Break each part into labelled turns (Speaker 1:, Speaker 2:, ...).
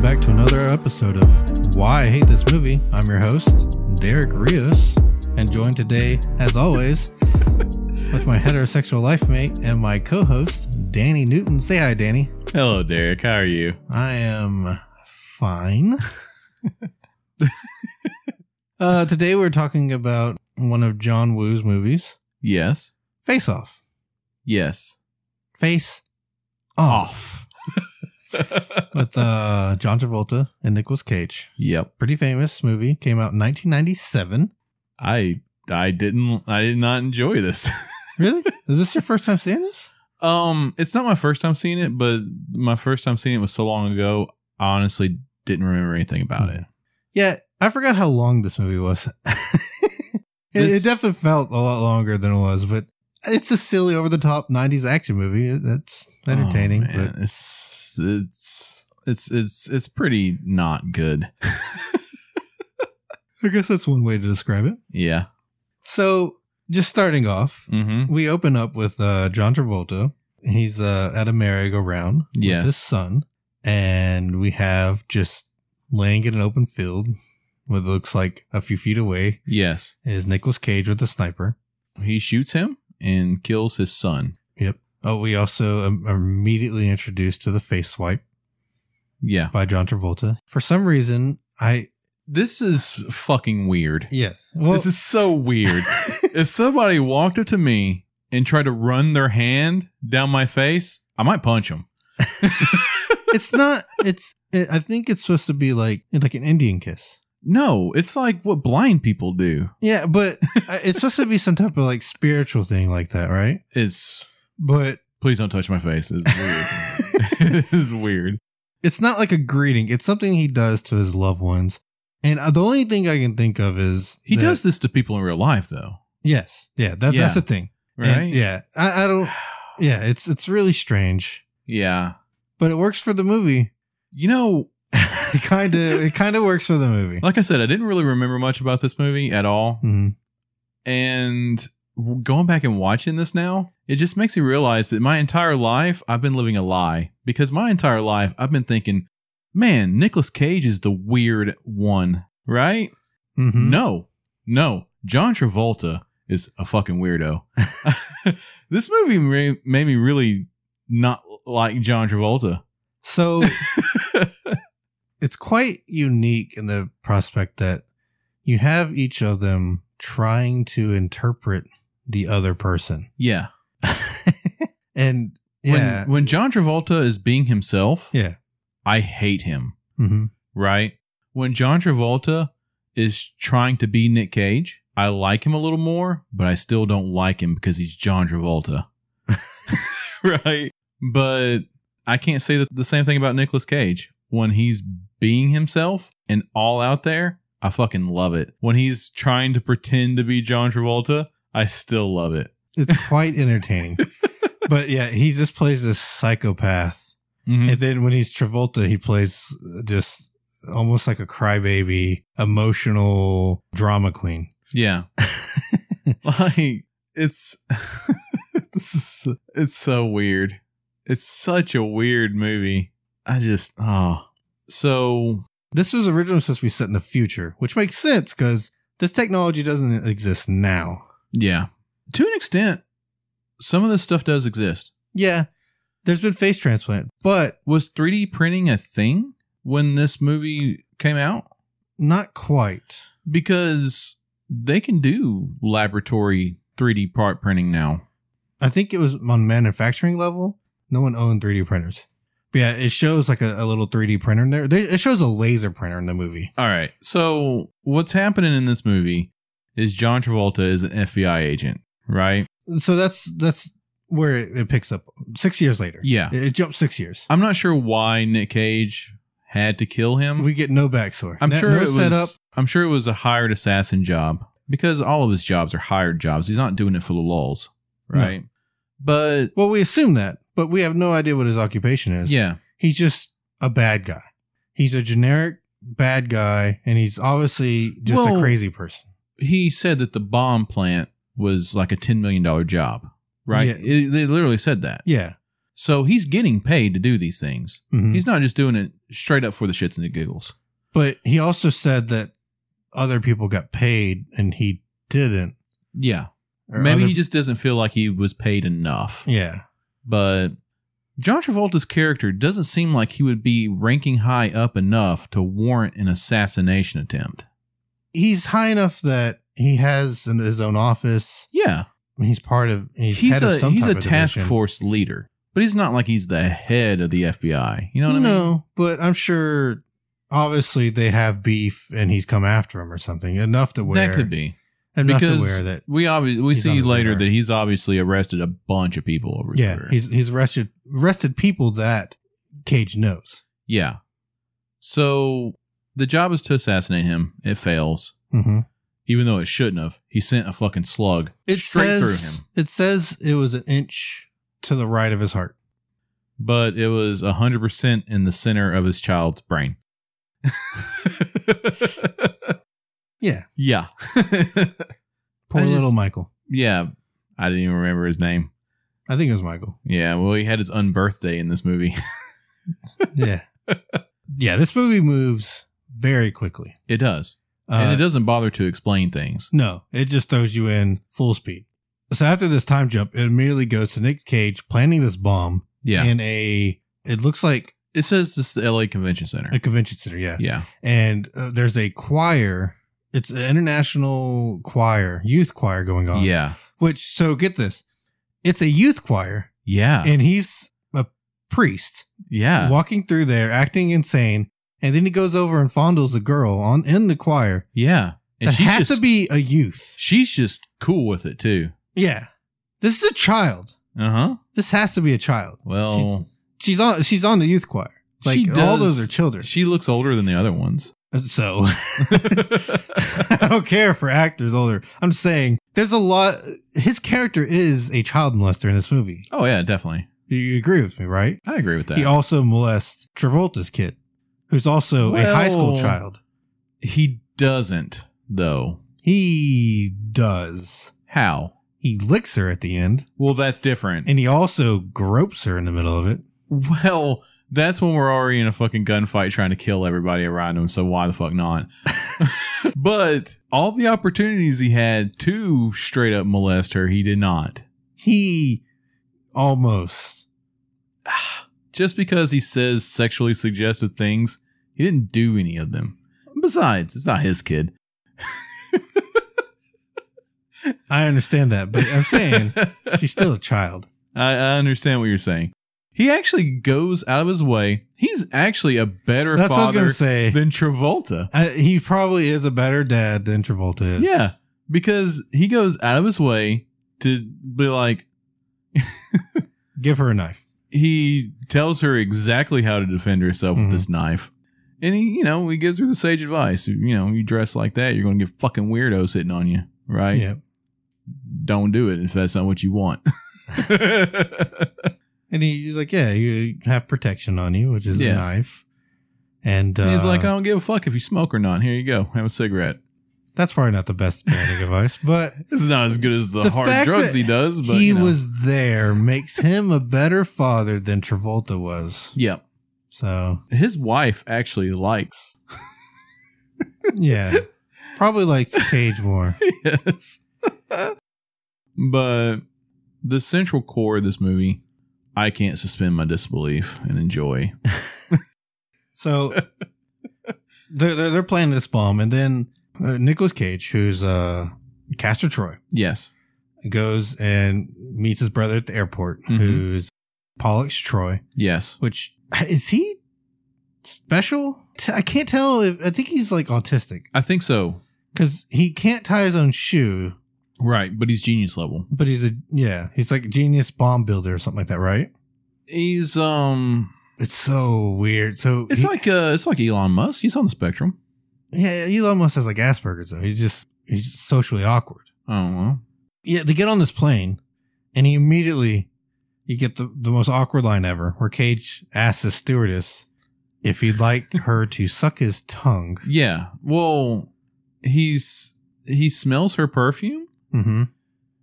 Speaker 1: back to another episode of Why I Hate This Movie. I'm your host, Derek Rios, and joined today, as always, with my heterosexual life mate and my co host, Danny Newton. Say hi, Danny.
Speaker 2: Hello, Derek. How are you?
Speaker 1: I am fine. uh, today we're talking about one of John Woo's movies,
Speaker 2: Yes.
Speaker 1: Face Off.
Speaker 2: Yes.
Speaker 1: Face Off. With uh, John Travolta and Nicolas Cage.
Speaker 2: yep.
Speaker 1: Pretty famous movie. Came out in 1997.
Speaker 2: I I didn't I did not enjoy this.
Speaker 1: Really? Is this your first time seeing this?
Speaker 2: um, it's not my first time seeing it, but my first time seeing it was so long ago. I honestly didn't remember anything about it.
Speaker 1: Yeah, I forgot how long this movie was. it,
Speaker 2: This-
Speaker 1: it definitely felt a lot longer than it was, but it's a silly, over the top 90s action movie. It- That's Hmm. entertaining.
Speaker 2: Oh, man.
Speaker 1: but
Speaker 2: it's it's it's it's it's pretty not good.
Speaker 1: I guess that's one way to describe it.
Speaker 2: yeah.
Speaker 1: So, just starting off,
Speaker 2: Mm-hmm.
Speaker 1: we open up with uh, John Travolta. He's uh, at a merry-go-round
Speaker 2: Yes.
Speaker 1: with his son, and we have just laying in an open field, what looks like a few feet away,
Speaker 2: Yes.
Speaker 1: is Nicolas Cage with a sniper.
Speaker 2: He shoots him and kills his son.
Speaker 1: Oh, we also um, are immediately introduced to the face swipe
Speaker 2: Yeah.
Speaker 1: by John Travolta. For some reason, I
Speaker 2: This is fucking weird.
Speaker 1: yes, well,
Speaker 2: this is so weird. if somebody walked up to me and tried to run their hand down my face, I might punch them.
Speaker 1: it's not. It's it, I think it's supposed to be like like an Indian kiss.
Speaker 2: No, it's like what blind people do.
Speaker 1: Yeah, but uh, it's supposed to be some type of like spiritual thing like that, right?
Speaker 2: It's
Speaker 1: But
Speaker 2: please don't touch my face. It's weird. it is weird.
Speaker 1: it's not like a greeting. It's something he does to his loved ones. And uh, the only thing I can think of is
Speaker 2: He
Speaker 1: that-
Speaker 2: does this to people in real life, though,
Speaker 1: Yes, yeah, that,
Speaker 2: Yeah.
Speaker 1: that's the thing,
Speaker 2: right?
Speaker 1: And, yeah, I, I don't. Yeah, it's it's really strange,
Speaker 2: Yeah.
Speaker 1: but it works for the movie.
Speaker 2: You know,
Speaker 1: it kind of it kind of works for the movie.
Speaker 2: like I said, I didn't really remember much about this movie at all.
Speaker 1: Mhm.
Speaker 2: And going back and watching this now, it just makes me realize that my entire life I've been living a lie because my entire life I've been thinking, man, Nicolas Cage is the weird one, right?
Speaker 1: Mhm.
Speaker 2: No, no, John Travolta is a fucking weirdo. this movie ma- made me really not like John Travolta.
Speaker 1: So it's quite unique in the prospect that you have each of them trying to interpret the other person.
Speaker 2: yeah.
Speaker 1: and yeah,
Speaker 2: When, when John Travolta is being himself,
Speaker 1: yeah.
Speaker 2: I hate him.
Speaker 1: hmm
Speaker 2: right? When John Travolta is trying to be Nick Cage, I like him a little more, but I still don't like him because he's John Travolta. right? But I can't say that the same thing about Nicolas Cage. When he's being himself and all out there, I fucking love it. When he's trying to pretend to be John Travolta, I still love it.
Speaker 1: It's quite entertaining. but yeah, he just plays this psychopath.
Speaker 2: Mhm.
Speaker 1: And then when he's Travolta, he plays just almost like a crybaby, emotional drama queen.
Speaker 2: Yeah. like it's this is it's so weird. It's such a weird movie. I just oh so
Speaker 1: This was originally supposed to be set in the future, which makes sense because this technology doesn't exist now.
Speaker 2: yeah. To an extent, some of this stuff does exist.
Speaker 1: Yeah, there's been face transplant, but
Speaker 2: Was 3D printing a thing when this movie came out?
Speaker 1: not quite.
Speaker 2: Because they can do laboratory 3D part printing now.
Speaker 1: I think it was on manufacturing level. No one owned 3D printers. But yeah, it shows like a, a little 3D printer in there. They- It shows a laser printer in the movie.
Speaker 2: All right. So what's happening in this movie is John Travolta is an FBI agent, right?
Speaker 1: So that's that's where it, it picks up six years later.
Speaker 2: Yeah.
Speaker 1: It, it jumps six years.
Speaker 2: I'm not sure why Nick Cage had to kill him.
Speaker 1: We get no backstory.
Speaker 2: Um, I'm
Speaker 1: No-
Speaker 2: sure
Speaker 1: no
Speaker 2: it was.
Speaker 1: setup.
Speaker 2: I'm sure it was a hired assassin job because all of his jobs are hired jobs. He's not doing it for the lulz,
Speaker 1: No.
Speaker 2: right? But
Speaker 1: Well, we assume that, but we have no idea what his occupation is.
Speaker 2: yeah,
Speaker 1: he's just a bad guy. He's a generic bad guy, and he's obviously just a
Speaker 2: Well-
Speaker 1: crazy person.
Speaker 2: he said that the bomb plant was like a ten million dollar job, right?
Speaker 1: Yeah.
Speaker 2: It- they literally said that.
Speaker 1: Yeah.
Speaker 2: So he's getting paid to do these things.
Speaker 1: Mhm.
Speaker 2: He's not just doing it straight up for the shits and the giggles.
Speaker 1: But he also said that other people got paid and he didn't.
Speaker 2: Yeah.
Speaker 1: Or
Speaker 2: Maybe
Speaker 1: other-
Speaker 2: he just doesn't feel like he was paid enough.
Speaker 1: Yeah.
Speaker 2: But John Travolta's character doesn't seem like he would be ranking high up enough to warrant an assassination attempt.
Speaker 1: He's high enough that he has an, his own office.
Speaker 2: Yeah.
Speaker 1: He's part of. He's,
Speaker 2: He's,
Speaker 1: head of
Speaker 2: a
Speaker 1: some
Speaker 2: he's
Speaker 1: type
Speaker 2: a
Speaker 1: of
Speaker 2: task
Speaker 1: division.
Speaker 2: force leader. But he's not like he's the head of the FBI. You know what I mean?
Speaker 1: No, but I'm sure. Obviously, they have beef, and he's come after him or something. Enough to where
Speaker 2: That could be.
Speaker 1: enough
Speaker 2: Because
Speaker 1: to where that.
Speaker 2: we obviously we
Speaker 1: he's on
Speaker 2: see
Speaker 1: his
Speaker 2: later
Speaker 1: radar.
Speaker 2: that he's obviously arrested a bunch of people over his
Speaker 1: Yeah,
Speaker 2: career.
Speaker 1: he's he's arrested arrested people that Cage knows.
Speaker 2: yeah. So the job is to assassinate him. It fails.
Speaker 1: Mm-hmm.
Speaker 2: Even though it shouldn't have. He sent a fucking slug
Speaker 1: It
Speaker 2: straight
Speaker 1: says
Speaker 2: through him.
Speaker 1: it says it was an inch to the right of his heart.
Speaker 2: But it was hundred percent in the center of his child's brain.
Speaker 1: Yeah,
Speaker 2: yeah.
Speaker 1: poor
Speaker 2: I just-
Speaker 1: little Michael.
Speaker 2: yeah. I didn't even remember his name.
Speaker 1: I think it was Michael.
Speaker 2: Yeah, well he had his unbirthday in this movie.
Speaker 1: Yeah, yeah. This movie moves very quickly.
Speaker 2: it does. and
Speaker 1: Uh,
Speaker 2: it doesn't bother to explain things.
Speaker 1: No, it just throws you in full speed. So after this time jump, it immediately goes to Nick Cage planting this bomb
Speaker 2: Yeah.
Speaker 1: in a. It looks like
Speaker 2: It says this is the LA Convention Center.
Speaker 1: a convention center, yeah.
Speaker 2: Yeah.
Speaker 1: And uh, there's a choir. It's an international choir, youth choir going on.
Speaker 2: Yeah.
Speaker 1: Which so get this, it's a youth choir,
Speaker 2: Yeah.
Speaker 1: and he's a priest
Speaker 2: yeah.
Speaker 1: walking through there, acting insane, and then he goes over and fondles a girl on in the choir.
Speaker 2: Yeah. And
Speaker 1: that
Speaker 2: she's
Speaker 1: has
Speaker 2: just,
Speaker 1: to be a youth.
Speaker 2: she's just cool with it too.
Speaker 1: Yeah, this is a child.
Speaker 2: Uh huh.
Speaker 1: This has to be a child.
Speaker 2: Well,
Speaker 1: She's on. She's on the youth choir. Like
Speaker 2: she
Speaker 1: all
Speaker 2: does-
Speaker 1: those are children.
Speaker 2: She looks older than the other ones.
Speaker 1: so I don't care for actors older. I'm saying there's a lot. His character is a child molester in this movie.
Speaker 2: oh yeah, definitely.
Speaker 1: You agree with me, right?
Speaker 2: I agree with that.
Speaker 1: He
Speaker 2: He,
Speaker 1: also molests Travolta's kid, who's also a high school
Speaker 2: Well-
Speaker 1: child.
Speaker 2: doesn't though.
Speaker 1: He does.
Speaker 2: How?
Speaker 1: He licks her at the end,
Speaker 2: Well, that's different.
Speaker 1: and he also gropes her in the middle of it.
Speaker 2: well, that's when we're already in a fucking gunfight trying to kill everybody around him. So why the fuck not? but all the opportunities he had to straight up molest her, he did not.
Speaker 1: He almost.
Speaker 2: just because he says sexually suggestive things, he didn't do any of them. Besides, it's not his kid.
Speaker 1: I understand that, but I'm saying she's still a child.
Speaker 2: I, I understand what you're saying. He actually goes out of his way. He's actually a better
Speaker 1: That's what I was
Speaker 2: father
Speaker 1: gonna say.
Speaker 2: than Travolta.
Speaker 1: I, Uh, he probably is a better dad than Travolta is.
Speaker 2: Yeah, because he goes out of his way to be like,
Speaker 1: Give her a knife.
Speaker 2: he tells her exactly how to defend herself
Speaker 1: Mhm.
Speaker 2: with this knife. And he, you know, he gives her the sage advice. You know, you dress like that, you're going to get fucking weirdos hitting on you, right?
Speaker 1: Yeah.
Speaker 2: don't do it if that's not what you want.
Speaker 1: And he, he's like, yeah, you have protection on you, which is a
Speaker 2: Yeah.
Speaker 1: knife. And uh,
Speaker 2: And he's like, I don't give a fuck if you smoke or not. Here you go. Have a cigarette.
Speaker 1: that's probably not the best parenting advice, but
Speaker 2: This is not as good as the,
Speaker 1: The
Speaker 2: hard
Speaker 1: fact
Speaker 2: drugs
Speaker 1: that
Speaker 2: he does, but
Speaker 1: he
Speaker 2: you know.
Speaker 1: was there makes him a better father than Travolta was.
Speaker 2: Yeah.
Speaker 1: So
Speaker 2: His wife actually likes.
Speaker 1: yeah, probably likes Cage more.
Speaker 2: yes. but the central core of this movie, I can't suspend my disbelief and enjoy.
Speaker 1: So they're they're, they're playing this bomb, and then uh, Nicholas Cage, who's uh, Castor Troy,
Speaker 2: Yes.
Speaker 1: goes and meets his brother at the airport,
Speaker 2: Mhm.
Speaker 1: who's Pollux Troy.
Speaker 2: Yes.
Speaker 1: Which is he special? T- I can't tell. If, I think he's like autistic
Speaker 2: I think so.
Speaker 1: because he can't tie his own shoe.
Speaker 2: Right. But he's genius level.
Speaker 1: But he's a yeah, he's like a genius bomb builder or something like that, right?
Speaker 2: He's um
Speaker 1: It's so weird. So
Speaker 2: it's
Speaker 1: he-
Speaker 2: like uh it's like Elon Musk. He's on the spectrum.
Speaker 1: yeah, Elon Musk has like Asperger's though. He's just he's socially awkward.
Speaker 2: Oh well.
Speaker 1: Yeah, they get on this plane, and he immediately you get the the most awkward line ever, where Cage asks his stewardess if he'd like her to suck his tongue.
Speaker 2: Yeah. Well, he's he smells her perfume
Speaker 1: Mm-hmm.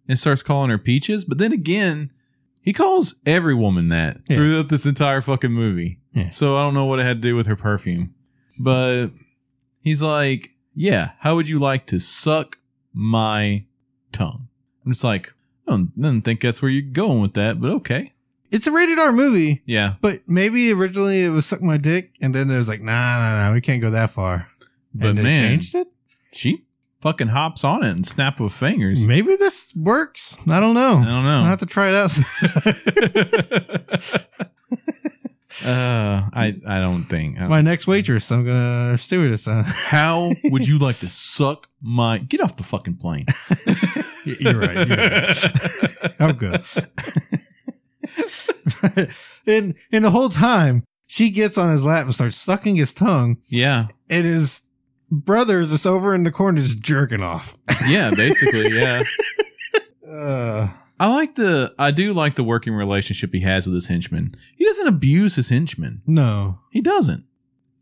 Speaker 2: and starts calling her peaches, but then again, He calls every woman that
Speaker 1: Yeah.
Speaker 2: throughout this entire fucking movie.
Speaker 1: Yeah.
Speaker 2: So I don't know what it had to do with her perfume. But he's like, Yeah, how would you like to suck my tongue? I'm just like, I don't, I didn't think that's where you're going with that, but okay.
Speaker 1: It's a rated R movie,
Speaker 2: Yeah.
Speaker 1: but maybe originally it was suck my dick, and then there was like, nah, nah, nah, we can't go that far.
Speaker 2: But
Speaker 1: and they
Speaker 2: man,
Speaker 1: changed it.
Speaker 2: she fucking hops on it and snap of fingers.
Speaker 1: Maybe this works. I don't know.
Speaker 2: I don't know.
Speaker 1: I'll have to try it out.
Speaker 2: uh, I I don't think. I don't-
Speaker 1: My next waitress, I'm gonna stewardess. Uh,
Speaker 2: How would you like to suck my? Get off the fucking plane.
Speaker 1: y- you're right. You're right. I'm Oh, good. and and the whole time she gets on his lap and starts sucking his tongue,
Speaker 2: yeah,
Speaker 1: and his brother's just over in the corner just jerking off.
Speaker 2: yeah. Basically, yeah.
Speaker 1: Uh,
Speaker 2: I like the. I do like the working relationship he has with his henchman. He doesn't abuse his henchman.
Speaker 1: no.
Speaker 2: He doesn't.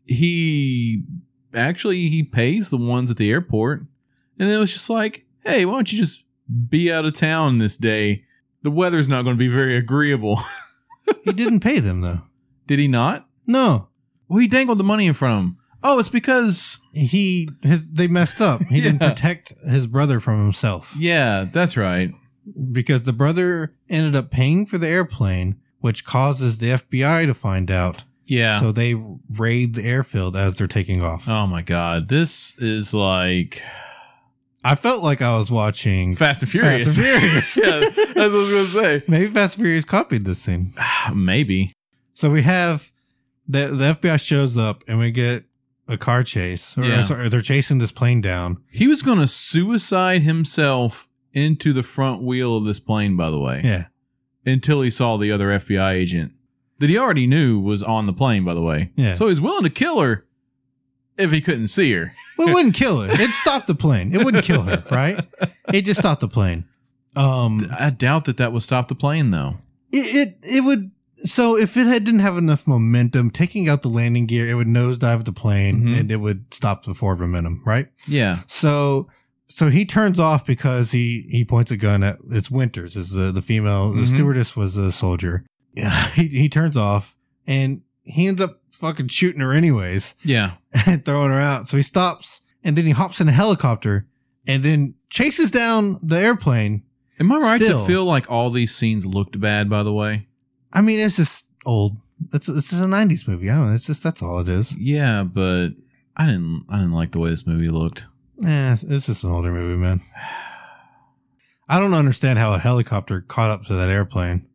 Speaker 2: He actually he pays the ones at the airport, and it was just like, hey, why don't you just be out of town this day? The weather's not going to be very agreeable.
Speaker 1: He didn't pay them though.
Speaker 2: Did he not?
Speaker 1: No.
Speaker 2: Well, he dangled the money in front of him. Oh, it's because
Speaker 1: He his they messed up. He didn't
Speaker 2: Yeah.
Speaker 1: protect his brother from himself.
Speaker 2: yeah, that's right.
Speaker 1: because the brother ended up paying for the airplane, which causes the FBI to find out.
Speaker 2: Yeah.
Speaker 1: So they raid the airfield as they're taking off.
Speaker 2: oh my god, this is like
Speaker 1: I felt like I was watching
Speaker 2: Fast and Furious.
Speaker 1: Fast and Furious.
Speaker 2: yeah, that's what I was gonna say.
Speaker 1: Maybe Fast and Furious copied this scene.
Speaker 2: Maybe.
Speaker 1: So we have the the FBI shows up and we get a car chase. Or,
Speaker 2: Yeah.
Speaker 1: sorry, they're chasing this plane down.
Speaker 2: He was going to suicide himself into the front wheel of this plane, by the way,
Speaker 1: Yeah.
Speaker 2: until he saw the other FBI agent that he already knew was on the plane, by the way.
Speaker 1: Yeah.
Speaker 2: So he's willing to kill her if he couldn't see her.
Speaker 1: Well, it wouldn't kill her. It stopped the plane. It wouldn't kill her, right? It just stopped the plane. Um
Speaker 2: I doubt that that would stop the plane, though.
Speaker 1: it it, it would so if it had, didn't have enough momentum, taking out the landing gear, it would nosedive the plane
Speaker 2: Mhm.
Speaker 1: and it would stop the forward momentum, right?
Speaker 2: Yeah.
Speaker 1: So so he turns off because he he points a gun at it's Winters is the the female the
Speaker 2: Mhm.
Speaker 1: stewardess was a soldier. Yeah, he he turns off and he ends up fucking shooting her anyways
Speaker 2: Yeah.
Speaker 1: and throwing her out. So he stops and then he hops in a helicopter and then chases down the airplane.
Speaker 2: Am I right
Speaker 1: Still.
Speaker 2: to feel like all these scenes looked bad, by the way?
Speaker 1: I mean, it's just old. It's it's a '90s movie. I don't know. It's just that's all it is.
Speaker 2: Yeah, but I didn't I didn't like the way this movie looked.
Speaker 1: Eh, it's- it's just an older movie, man. I don't understand how a helicopter caught up to that airplane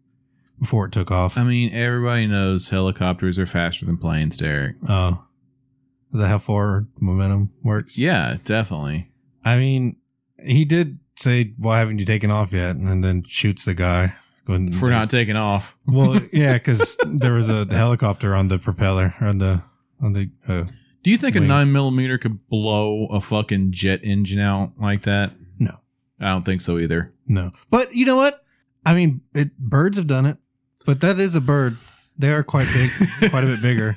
Speaker 1: before it took off.
Speaker 2: I mean, everybody knows helicopters are faster than planes, Derek.
Speaker 1: Oh. Is that how forward momentum works?
Speaker 2: Yeah, definitely.
Speaker 1: I mean, he did say, Why haven't you taken off yet? And then shoots the guy. When
Speaker 2: For not taking off.
Speaker 1: Well, yeah, because there was a helicopter on the propeller, on the, on the, uh,
Speaker 2: Do you think a
Speaker 1: Wait.
Speaker 2: nine millimeter could blow a fucking jet engine out like that?
Speaker 1: No.
Speaker 2: I don't think so either.
Speaker 1: no. But you know what? I mean, it, birds have done it, but that is a bird. They are quite big, quite a bit bigger.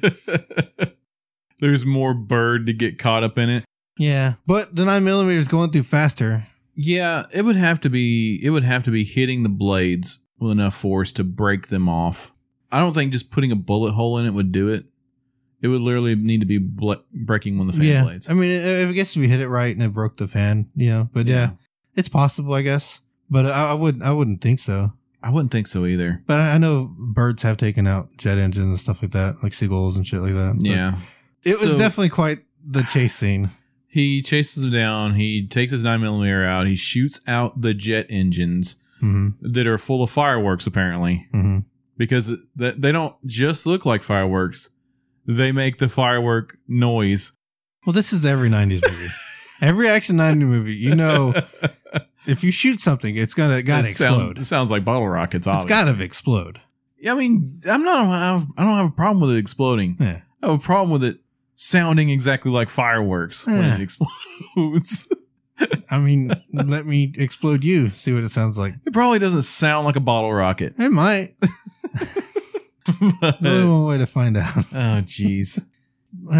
Speaker 2: There's more bird to get caught up in it.
Speaker 1: Yeah. But the nine millimeter is going through faster.
Speaker 2: Yeah, it would have to be it would have to be hitting the blades with enough force to break them off. I don't think just putting a bullet hole in it would do it. It would literally need to be ble- breaking one of the fan
Speaker 1: yeah.
Speaker 2: blades.
Speaker 1: I mean, I I guess if you hit it right and it broke the fan, you know, but yeah. It's possible, I guess, but I, I would I wouldn't think so.
Speaker 2: I wouldn't think so either.
Speaker 1: But I, I know birds have taken out jet engines and stuff like that, like seagulls and shit like that. Um, But
Speaker 2: Yeah.
Speaker 1: it was
Speaker 2: So-
Speaker 1: definitely quite the chase scene.
Speaker 2: He chases him down. He takes his 9mm out. He shoots out the jet engines
Speaker 1: hmm
Speaker 2: that are full of fireworks, apparently,
Speaker 1: hmm
Speaker 2: because th- they don't just look like fireworks. They make the firework noise.
Speaker 1: Well, this is every '90s movie, every action '90s movie. You know, if you shoot something, it's gonna Oh, gotta
Speaker 2: It
Speaker 1: explode.
Speaker 2: Sound, it sounds like bottle
Speaker 1: it's
Speaker 2: rockets, obviously.
Speaker 1: gotta explode.
Speaker 2: I mean, I'm not. I have- I don't have a problem with it exploding.
Speaker 1: Yeah.
Speaker 2: I have a problem with it sounding exactly like fireworks when
Speaker 1: Yeah.
Speaker 2: it explodes.
Speaker 1: I mean, let me explode you. See what it sounds like.
Speaker 2: it probably doesn't sound like a bottle rocket.
Speaker 1: It might.
Speaker 2: But-
Speaker 1: There's only one way to find out.
Speaker 2: oh, jeez.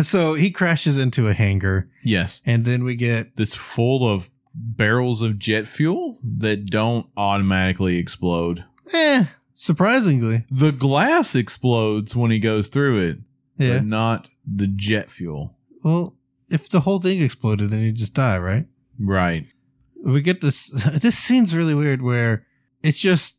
Speaker 1: So he crashes into a hangar,
Speaker 2: Yes.
Speaker 1: and then we get
Speaker 2: that's full of barrels of jet fuel that don't automatically explode.
Speaker 1: eh, Surprisingly.
Speaker 2: The glass explodes when he goes through it,
Speaker 1: Yeah.
Speaker 2: but not the jet fuel.
Speaker 1: Well, if the whole thing exploded, then he'd just die, right?
Speaker 2: Right.
Speaker 1: we get this this scene's really weird where it's just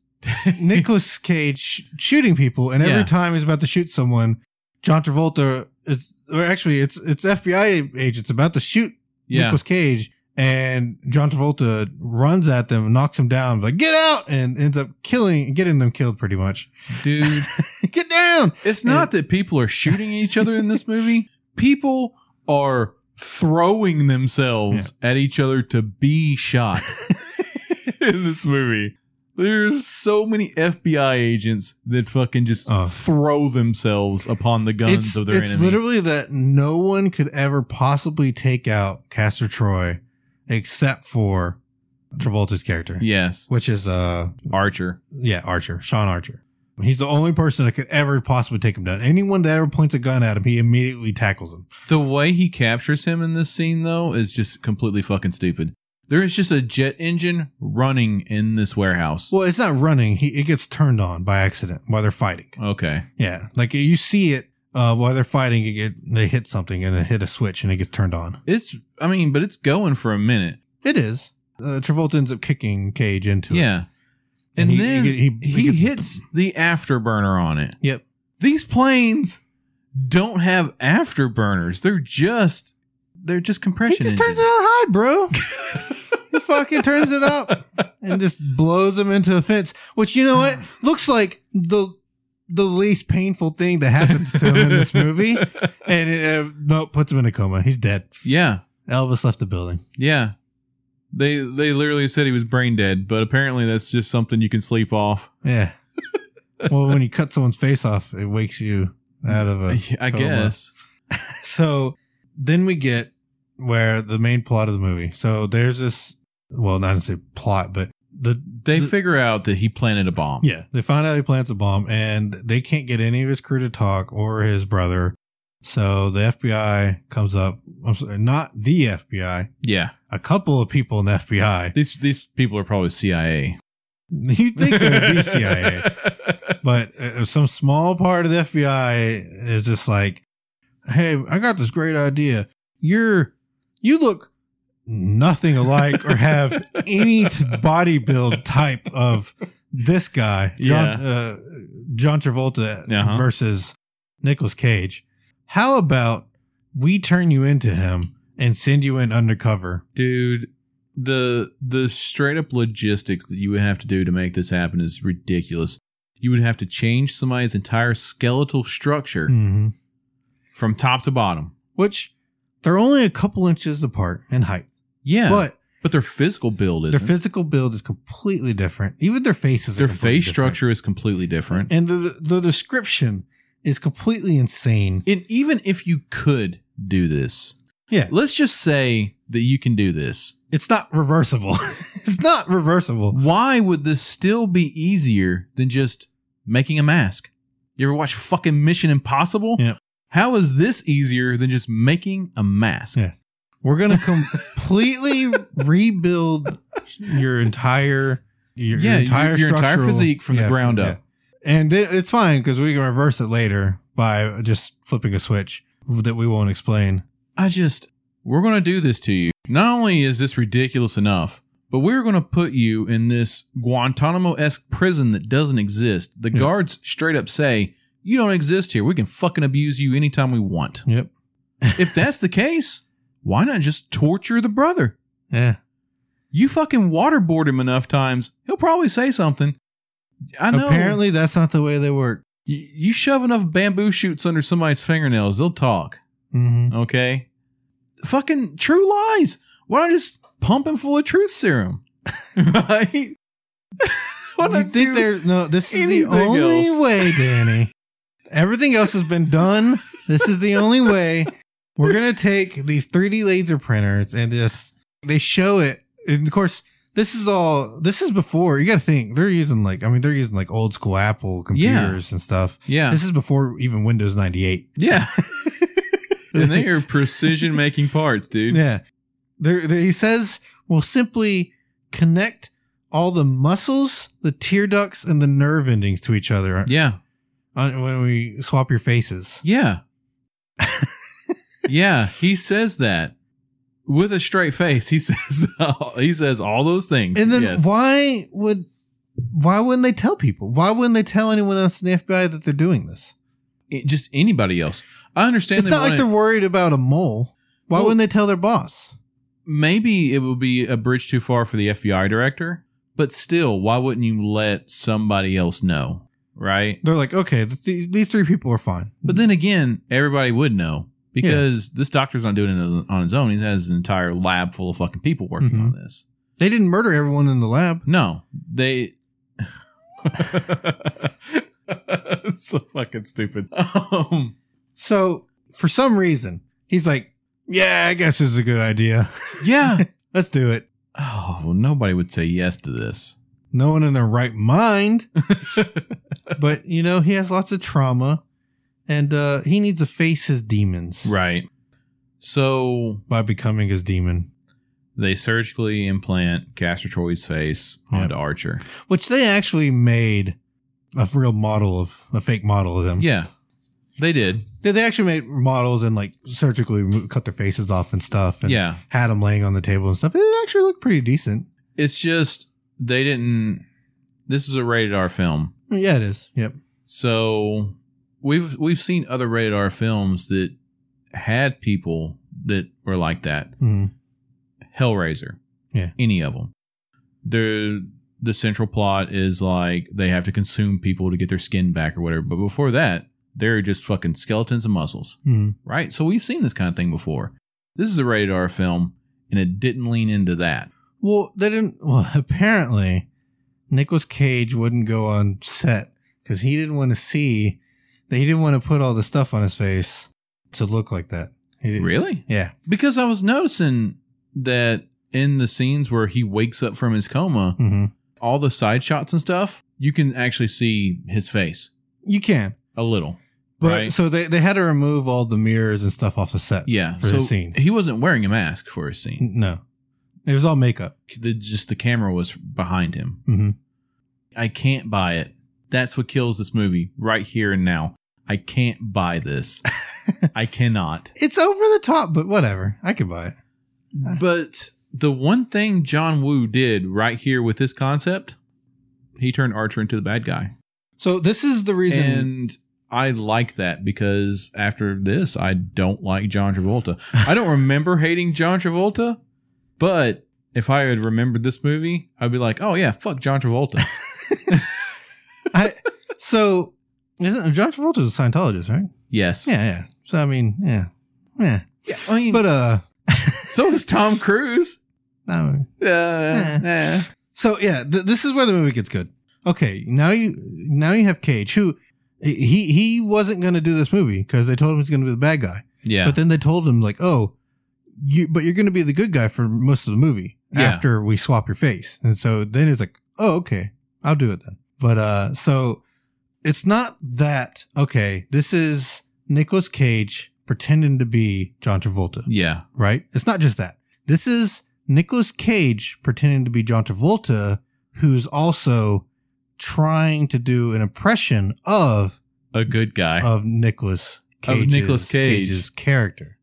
Speaker 1: Nicolas Cage sh- shooting people and every
Speaker 2: Yeah.
Speaker 1: time he's about to shoot someone John Travolta is or actually it's it's FBI agents about to shoot
Speaker 2: Yeah.
Speaker 1: Nicolas Cage and John Travolta runs at them knocks him down like get out and ends up killing getting them killed pretty much
Speaker 2: Dude,
Speaker 1: get down
Speaker 2: it's not that people are shooting each other in this movie. People are throwing themselves at each other to be shot in this movie. There's so many FBI agents that fucking just
Speaker 1: Oh.
Speaker 2: throw themselves upon the guns
Speaker 1: it's,
Speaker 2: of their
Speaker 1: it's
Speaker 2: enemy.
Speaker 1: literally that no one could ever possibly take out Castor Troy except for Travolta's character
Speaker 2: yes.
Speaker 1: which is uh
Speaker 2: Archer.
Speaker 1: yeah Archer, Sean Archer. He's the only person that could ever possibly take him down. Anyone that ever points a gun at him, he immediately tackles him.
Speaker 2: The way he captures him in this scene, though, is just completely fucking stupid. There is just a jet engine running in this warehouse.
Speaker 1: Well, it's not running; he it gets turned on by accident while they're fighting.
Speaker 2: Okay.
Speaker 1: Yeah, like you see it uh, while they're fighting. You get they hit something and they hit a switch and it gets turned on.
Speaker 2: It's, I mean, but it's going for a minute.
Speaker 1: It is. Uh, Travolta ends up kicking Cage into it.
Speaker 2: Yeah. And,
Speaker 1: And he-
Speaker 2: then
Speaker 1: he-
Speaker 2: he,
Speaker 1: he- he gets-
Speaker 2: hits the afterburner on it.
Speaker 1: Yep.
Speaker 2: These planes don't have afterburners. They're just, they're just
Speaker 1: He
Speaker 2: compression.
Speaker 1: just turns it
Speaker 2: engines.
Speaker 1: on high, bro. he fucking turns it up and just blows him into a fence. Which you know what looks like the the least painful thing that happens to him in this movie, and it, uh, no, puts him in a coma. He's dead.
Speaker 2: yeah.
Speaker 1: Elvis left the building.
Speaker 2: Yeah. They, they literally said he was brain dead, but apparently that's just something you can sleep off.
Speaker 1: Yeah. well, when you cut someone's face off, it wakes you out of a.
Speaker 2: I
Speaker 1: Uh, coma.
Speaker 2: guess.
Speaker 1: So then we get where the main plot of the movie. So there's this. Well, not to say plot, but the
Speaker 2: They
Speaker 1: the-
Speaker 2: figure out that he planted a bomb.
Speaker 1: Yeah, they find out he plants a bomb, and they can't get any of his crew to talk or his brother. So the FBI comes up. I'm sorry, not the FBI.
Speaker 2: Yeah.
Speaker 1: A couple of people in the FBI.
Speaker 2: These these people are probably CIA.
Speaker 1: You think they would be CIA, but uh, some small part of the FBI is just like, "Hey, I got this great idea. You're you look nothing alike or have any t- body build type of this guy, John, uh, John Travolta
Speaker 2: Uh-huh.
Speaker 1: versus Nicolas Cage. How about we turn you into him and send you in undercover?
Speaker 2: Dude, the the straight up logistics that you would have to do to make this happen is ridiculous. You would have to change somebody's entire skeletal structure
Speaker 1: Mm-hmm.
Speaker 2: from top to bottom.
Speaker 1: Which they're only a couple inches apart in height,
Speaker 2: Yeah. But,
Speaker 1: but
Speaker 2: their physical build is
Speaker 1: their physical build is completely different. Even their faces, are
Speaker 2: their
Speaker 1: completely
Speaker 2: face
Speaker 1: different.
Speaker 2: structure is completely different.
Speaker 1: and the the description is completely insane.
Speaker 2: and even if you could do this,
Speaker 1: Yeah,
Speaker 2: let's just say that you can do this.
Speaker 1: it's not reversible. it's not reversible.
Speaker 2: Why would this still be easier than just making a mask? You ever watch fucking Mission Impossible?
Speaker 1: Yeah.
Speaker 2: How is this easier than just making a mask?
Speaker 1: Yeah. We're gonna completely rebuild your entire your,
Speaker 2: Yeah,
Speaker 1: your entire
Speaker 2: your- your entire
Speaker 1: structural-
Speaker 2: physique from the ground up.
Speaker 1: and it, it's fine because we can reverse it later by just flipping a switch that we won't explain.
Speaker 2: I just, we're going to do this to you. Not only is this ridiculous enough, but we're going to put you in this Guantanamo esque prison that doesn't exist. The
Speaker 1: Yeah.
Speaker 2: guards straight up say, You don't exist here. We can fucking abuse you anytime we want.
Speaker 1: Yep.
Speaker 2: if that's the case, why not just torture the brother?
Speaker 1: Yeah.
Speaker 2: You fucking waterboard him enough times, he'll probably say something. I know.
Speaker 1: Apparently, that's not the way they work.
Speaker 2: Y- you shove enough bamboo shoots under somebody's fingernails, they'll talk.
Speaker 1: Mm-hmm.
Speaker 2: Okay, fucking true lies. Why not just pump him full of truth serum? right? Why
Speaker 1: you
Speaker 2: not
Speaker 1: think
Speaker 2: do-
Speaker 1: there's no? This is the
Speaker 2: anything
Speaker 1: only
Speaker 2: else?
Speaker 1: way, Danny. Everything else has been done. This is the only way. We're gonna take these 3D laser printers and just they show it. And of course, this is all. This is before. You got to think they're using like I mean they're using like old school Apple computers and stuff.
Speaker 2: Yeah,
Speaker 1: This is before even Windows 98.
Speaker 2: yeah. and they are precision making parts, dude.
Speaker 1: Yeah. There, there, he says, we'll simply connect all the muscles, the tear ducts, and the nerve endings to each other
Speaker 2: Yeah.
Speaker 1: on, Uh, when we swap your faces.
Speaker 2: Yeah. yeah, he says that with a straight face. He says he says all those things.
Speaker 1: And then
Speaker 2: Yes.
Speaker 1: why would why wouldn't they tell people? Why wouldn't they tell anyone else in the FBI that they're doing this?
Speaker 2: It- just anybody else. I understand.
Speaker 1: it's
Speaker 2: they
Speaker 1: not like
Speaker 2: wanted-
Speaker 1: they're worried about a mole. Why
Speaker 2: Well-
Speaker 1: wouldn't they tell their boss?
Speaker 2: maybe it would be a bridge too far for the FBI director, but still, why wouldn't you let somebody else know, right?
Speaker 1: They're like, okay, th- these- these three people are fine.
Speaker 2: But then again, everybody would know because this doctor's not doing it on his own. He has an entire lab full of fucking people working
Speaker 1: Mhm.
Speaker 2: on this.
Speaker 1: they didn't murder everyone in the lab.
Speaker 2: No, they. it's so fucking stupid. Um,
Speaker 1: So for some reason, he's like, yeah, I guess this is a good idea.
Speaker 2: yeah.
Speaker 1: Let's do it.
Speaker 2: Oh, nobody would say yes to this.
Speaker 1: No one in their right mind, but you know he has lots of trauma, and uh, he needs to face his demons
Speaker 2: Right. So
Speaker 1: by becoming his demon,
Speaker 2: they surgically implant Castor Troy's face
Speaker 1: Yep.
Speaker 2: onto Archer.
Speaker 1: which they actually made a real model of a fake model of them.
Speaker 2: Yeah, they did.
Speaker 1: they, they actually made models and like surgically remo- cut their faces off and stuff, and
Speaker 2: Yeah.
Speaker 1: had them laying on the table and stuff. It actually looked pretty decent.
Speaker 2: It's just they didn't. This is a rated R film.
Speaker 1: Yeah, it is. Yep.
Speaker 2: So we've we've seen other rated R films that had people that were like that.
Speaker 1: hmm
Speaker 2: Hellraiser.
Speaker 1: Yeah.
Speaker 2: Any of them. The the central plot is like they have to consume people to get their skin back or whatever. But before that, they're just fucking skeletons and muscles,
Speaker 1: hmm
Speaker 2: right? So we've seen this kind of thing before. This is a rated R film, and it didn't lean into that.
Speaker 1: Well, they didn't. Well, apparently, Nicolas Cage wouldn't go on set because he didn't want to see. That he didn't want to put all the stuff on his face to look like that. He didn't-
Speaker 2: Really?
Speaker 1: Yeah.
Speaker 2: Because I was noticing that in the scenes where he wakes up from his coma,
Speaker 1: hmm
Speaker 2: all the side shots and stuff, you can actually see his face
Speaker 1: You can.
Speaker 2: a little.
Speaker 1: But
Speaker 2: Right.
Speaker 1: so they, they had to remove all the mirrors and stuff off the set.
Speaker 2: Yeah.
Speaker 1: For the scene.
Speaker 2: He wasn't wearing a mask for a scene.
Speaker 1: N- No. It was all makeup.
Speaker 2: the just the camera was behind him.
Speaker 1: Mhm.
Speaker 2: I can't buy it. That's what kills this movie right here and now. I can't buy this. I cannot.
Speaker 1: It's over the top, but whatever. I could buy it.
Speaker 2: But the one thing John Woo did right here with this concept, he turned Archer into the bad guy.
Speaker 1: So this is the reason.
Speaker 2: And I like that because after this, I don't like John Travolta. I don't remember hating John Travolta, but if I had remembered this movie, I'd be like, oh yeah, fuck John Travolta.
Speaker 1: so isn't, John Travolta is a Scientologist, right?
Speaker 2: Yes.
Speaker 1: Yeah, yeah. So I mean, yeah, yeah.
Speaker 2: Yeah, I mean,
Speaker 1: But uh,
Speaker 2: so is Tom Cruise.
Speaker 1: I mean-
Speaker 2: Uh, eh.
Speaker 1: so yeah, th- this is where the movie gets good. Okay, now you now you have Cage, who he he wasn't going to do this movie because they told him he's going to be the bad guy,
Speaker 2: Yeah,
Speaker 1: but then they told him like, oh, you but you're going to be the good guy for most of the movie
Speaker 2: Yeah.
Speaker 1: after we swap your face, and so then it's like, oh, okay, I'll do it then. But uh, so it's not that okay. This is Nicolas Cage pretending to be John Travolta.
Speaker 2: yeah,
Speaker 1: right? It's not just that. This is Nicolas Cage pretending to be John Travolta, who's also trying to do an impression of
Speaker 2: a good guy.
Speaker 1: of Nicolas
Speaker 2: Of
Speaker 1: Cage's,
Speaker 2: Nicolas Cage.
Speaker 1: Cage's character,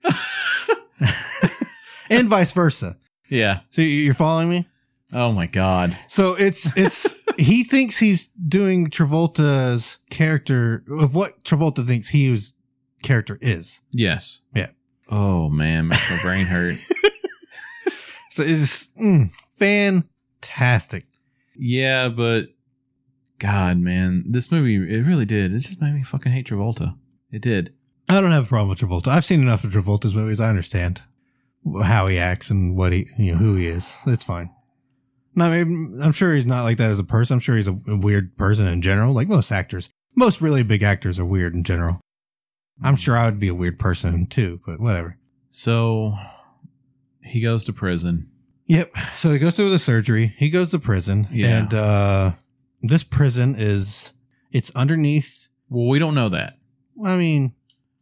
Speaker 1: and vice versa.
Speaker 2: yeah.
Speaker 1: So you- you're following me?
Speaker 2: Oh my God.
Speaker 1: So it's it's he thinks he's doing Travolta's character of what Travolta thinks he was character is.
Speaker 2: Yes.
Speaker 1: Yeah.
Speaker 2: Oh man, makes my brain hurt.
Speaker 1: So it's mm, fantastic.
Speaker 2: yeah, but God, man, this movie it really did. It just made me fucking hate Travolta. It did.
Speaker 1: I don't have a problem with Travolta. I've seen enough of Travolta's movies. I understand how he acts and what he, you know, who he is. It's fine. No, I mean, I'm sure he's not like that as a person. I'm sure he's a weird person in general, like most actors. Most really big actors are weird in general. I'm sure I would be a weird person too, but whatever.
Speaker 2: So he goes to prison.
Speaker 1: Yep. So he goes through the surgery. He goes to prison,
Speaker 2: Yeah.
Speaker 1: and uh, this prison is it's underneath.
Speaker 2: Well, we don't know that.
Speaker 1: I mean,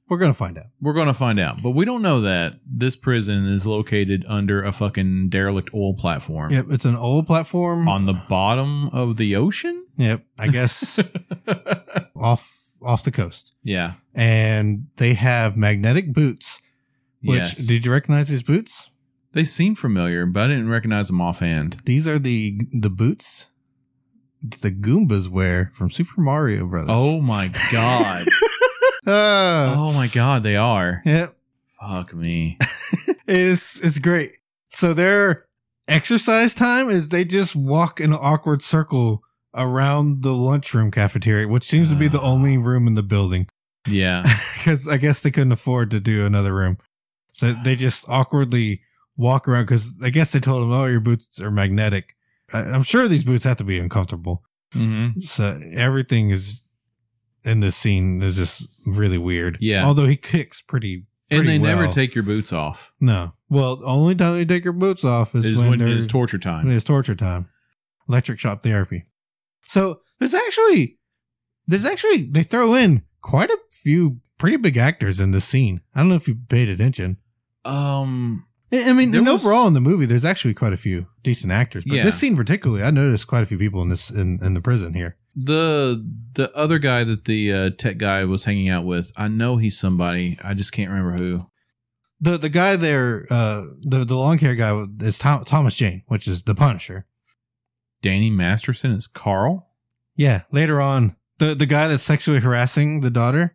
Speaker 1: We're gonna find out.
Speaker 2: We're going to find out, but we don't know that this prison is located under a fucking derelict oil platform
Speaker 1: Yep, it's an old platform.
Speaker 2: on the bottom of the ocean.
Speaker 1: yep, I guess off off the coast,
Speaker 2: yeah.
Speaker 1: and they have magnetic boots. Which
Speaker 2: yes.
Speaker 1: did you recognize these boots?
Speaker 2: they seem familiar, but I didn't recognize them offhand.
Speaker 1: These are the the boots that the Goombas wear from Super Mario Brothers.
Speaker 2: Oh my god.
Speaker 1: Ah.
Speaker 2: oh my god, they are.
Speaker 1: yep.
Speaker 2: Fuck me.
Speaker 1: It's it's great. So their exercise time is they just walk in an awkward circle around the lunchroom cafeteria, which seems to be the
Speaker 2: Ah.
Speaker 1: only room in the building
Speaker 2: Yeah.
Speaker 1: because I guess they couldn't afford to do another room. So
Speaker 2: Ah.
Speaker 1: they just awkwardly walk around because I guess they told them, "Oh, your boots are magnetic." I, I'm sure these boots have to be uncomfortable.
Speaker 2: hmm
Speaker 1: So everything is in this scene is just really weird.
Speaker 2: Yeah.
Speaker 1: Although he kicks pretty.
Speaker 2: And
Speaker 1: pretty
Speaker 2: they never
Speaker 1: well.
Speaker 2: take your boots off.
Speaker 1: No. Well, the only time they take your boots off is,
Speaker 2: It's
Speaker 1: when,
Speaker 2: when
Speaker 1: they're,
Speaker 2: it's torture
Speaker 1: when
Speaker 2: time.
Speaker 1: it's torture time. Electric shock therapy. So there's actually there's actually they throw in quite a few pretty big actors in this scene. I don't know if you paid attention.
Speaker 2: Um
Speaker 1: I I mean,
Speaker 2: There
Speaker 1: and
Speaker 2: was-
Speaker 1: overall in the movie, there's actually quite a few decent actors. But
Speaker 2: Yeah.
Speaker 1: this scene particularly, I noticed quite a few people in this in, in the prison here.
Speaker 2: the the other guy that the uh, tech guy was hanging out with, I know he's somebody. I just can't remember who.
Speaker 1: The the guy there, uh, the the long hair guy is Tho- Thomas Jane, which is the Punisher.
Speaker 2: Danny Masterson is Carl.
Speaker 1: Yeah, later on, the the guy that's sexually harassing the daughter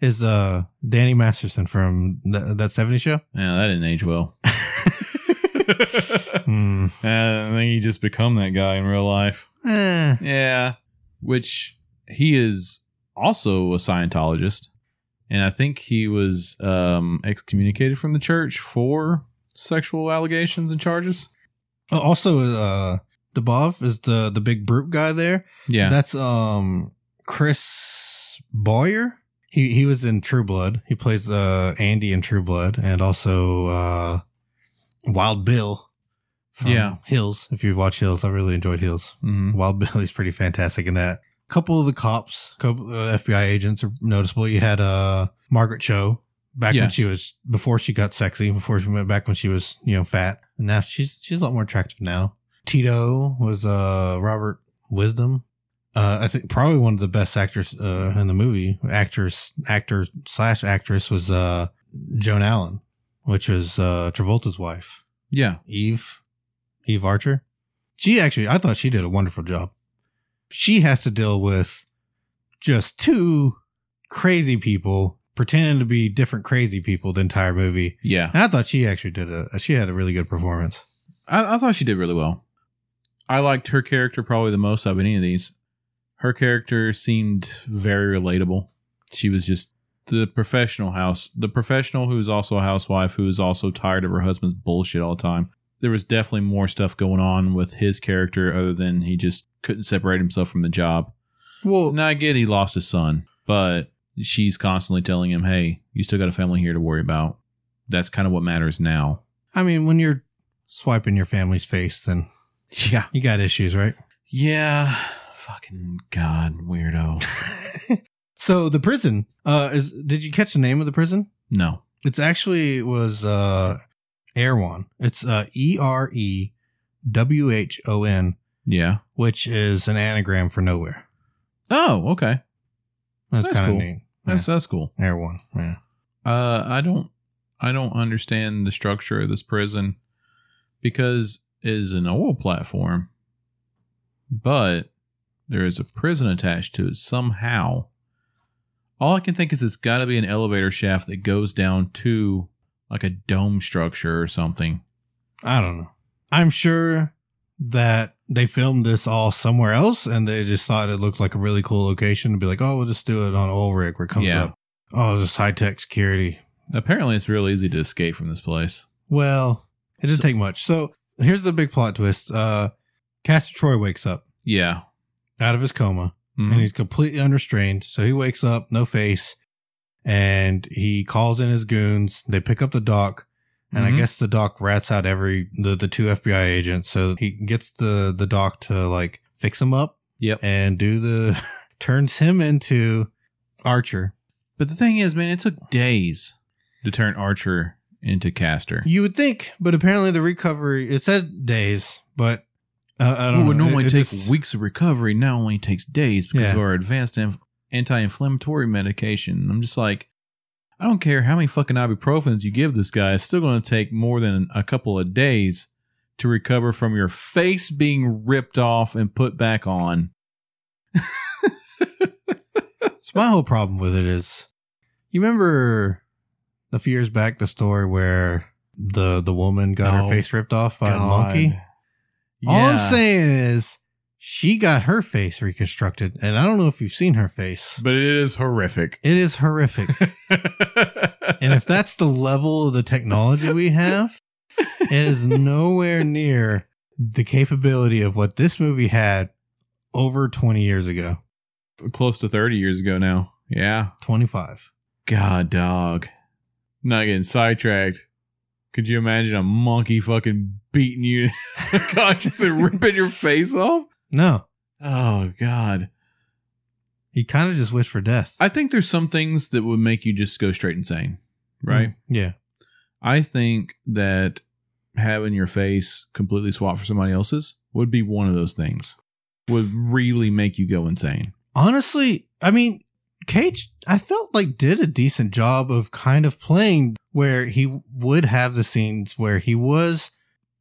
Speaker 1: is uh Danny Masterson from th- that '70s show.
Speaker 2: Yeah, that didn't age well. Hmm.
Speaker 1: Mm.
Speaker 2: I think he just become that guy in real life.
Speaker 1: Eh.
Speaker 2: Yeah. Which he is also a Scientologist. And I think he was um, excommunicated from the church for sexual allegations and charges.
Speaker 1: Oh, Also, uh, Debov is the the big brute guy there.
Speaker 2: Yeah.
Speaker 1: That's um Chris Boyer. He he was in True Blood. He plays uh Andy in True Blood, and also uh Wild Bill. from
Speaker 2: Yeah.
Speaker 1: Hills. If you watch Hills, I really enjoyed Hills.
Speaker 2: Mhm.
Speaker 1: Wild Billy's pretty fantastic in that. couple of the cops, couple uh, FBI agents are noticeable. You had uh, Margaret Cho back when
Speaker 2: Yes.
Speaker 1: she was before she got sexy, before she went back when she was you know fat, and now she's she's a lot more attractive now. Tito was uh, Robert Wisdom. Uh, I think probably one of the best actors uh, in the movie, actors, actor slash actress was uh, Joan Allen, which was uh, Travolta's wife.
Speaker 2: Yeah.
Speaker 1: Eve, Eve Archer. She actually, I thought she did a wonderful job. She has to deal with just two crazy people pretending to be different crazy people the entire movie.
Speaker 2: Yeah.
Speaker 1: And I thought she actually did a, she had a really good performance.
Speaker 2: I, I thought she did really well. I liked her character probably the most of any of these. Her character seemed very relatable. She was just the professional house, the professional who is also a housewife who is also tired of her husband's bullshit all the time. There was definitely more stuff going on with his character other than he just couldn't separate himself from the job.
Speaker 1: Well,
Speaker 2: Now I get he lost his son, but she's constantly telling him, "Hey, you still got a family here to worry about." That's kind of what matters now.
Speaker 1: I mean, when you're swiping your family's face, then
Speaker 2: Yeah.
Speaker 1: you got issues, right?
Speaker 2: Yeah. Fucking God, weirdo.
Speaker 1: so the prison, uh, is, did you catch the name of the prison?
Speaker 2: No.
Speaker 1: It's actually was uh Erewhon. It's uh E R E W H O N,
Speaker 2: Yeah.
Speaker 1: which is an anagram for nowhere.
Speaker 2: Oh, okay.
Speaker 1: That's,
Speaker 2: That's
Speaker 1: kind of
Speaker 2: cool.
Speaker 1: neat.
Speaker 2: That's that's cool.
Speaker 1: Erewhon. Yeah.
Speaker 2: Uh, I don't, I don't understand the structure of this prison because it is an oil platform, but there is a prison attached to it somehow. All I can think is it's got to be an elevator shaft that goes down to like a dome structure or something.
Speaker 1: I don't know. I'm sure that they filmed this all somewhere else and they just thought it looked like a really cool location to be like, oh, we'll just do it on oil rig where it comes
Speaker 2: Yeah.
Speaker 1: up. Oh, just high tech security.
Speaker 2: Apparently, it's real easy to escape from this place.
Speaker 1: Well, it didn't
Speaker 2: So-
Speaker 1: take much. So here's the big plot twist. Uh Castor Troy wakes up
Speaker 2: Yeah.
Speaker 1: out of his coma.
Speaker 2: Mhm.
Speaker 1: and he's completely unrestrained. So he wakes up, no face, and he calls in his goons. They pick up the doc, and
Speaker 2: Mhm.
Speaker 1: I guess the doc rats out every the, the two FBI agents. So he gets the the doc to like fix him up
Speaker 2: Yep.
Speaker 1: and do the turns him into Archer,
Speaker 2: But the thing is, man, it took days to turn Archer into Caster.
Speaker 1: You would think, but apparently the recovery it said days, but uh, I don't.
Speaker 2: What would
Speaker 1: know.
Speaker 2: normally
Speaker 1: It- it
Speaker 2: take
Speaker 1: just-
Speaker 2: weeks of recovery now only takes days because
Speaker 1: Yeah.
Speaker 2: of our advanced inf- anti-inflammatory medication. I'm just like, I don't care how many fucking ibuprofens you give this guy, it's still going to take more than a couple of days to recover from your face being ripped off and put back on.
Speaker 1: So my whole problem with it is, you remember a few years back the story where the the woman got
Speaker 2: Oh,
Speaker 1: her face ripped off by a monkey. All I'm
Speaker 2: Yeah.
Speaker 1: saying is she got her face reconstructed, and I don't know if you've seen her face.
Speaker 2: but it is horrific.
Speaker 1: It is horrific. and if that's the level of the technology we have, it is nowhere near the capability of what this movie had over 20 years ago.
Speaker 2: close to 30 years ago now. Yeah.
Speaker 1: 25.
Speaker 2: God, dog. Not getting sidetracked. Could you imagine a monkey fucking beating you conscious and ripping your face off?
Speaker 1: No,
Speaker 2: Oh, God.
Speaker 1: he kind of just wished for death.
Speaker 2: I think there's some things that would make you just go straight insane, right?
Speaker 1: Mm, Yeah. Hmm.
Speaker 2: I think that having your face completely swapped for somebody else's would be one of those things, would really make you go insane.
Speaker 1: Honestly, I mean, Cage, I felt like did a decent job of kind of playing where he would have the scenes where he was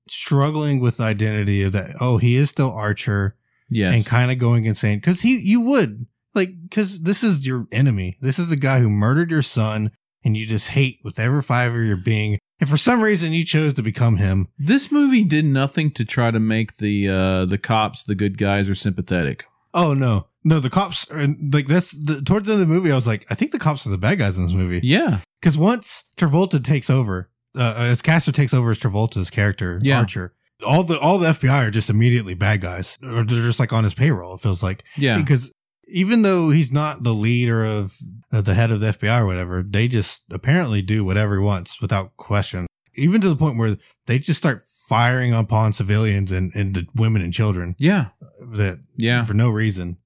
Speaker 1: struggling with the identity of that. Oh, he is still Archer.
Speaker 2: Yes.
Speaker 1: and kind of going insane because he you would like because this is your enemy this is the guy who murdered your son and you just hate with every fiber of your being and for some reason you chose to become him
Speaker 2: This movie did nothing to try to make the uh, the cops, the good guys, or sympathetic.
Speaker 1: oh no no the cops are, like that's the, towards the end of the movie i was like i think the cops are the bad guys in this movie
Speaker 2: Yeah,
Speaker 1: because once travolta takes over uh, as Caster takes over as Travolta's character,
Speaker 2: Yeah.
Speaker 1: Archer, all the all the FBI are just immediately bad guys, or they're just like on his payroll. It feels like,
Speaker 2: yeah,
Speaker 1: because even though he's not the leader of uh, the head of the FBI or whatever, they just apparently do whatever he wants without question. Even to the point where they just start firing upon civilians and, and the women and children
Speaker 2: yeah,
Speaker 1: that
Speaker 2: yeah.
Speaker 1: for no reason,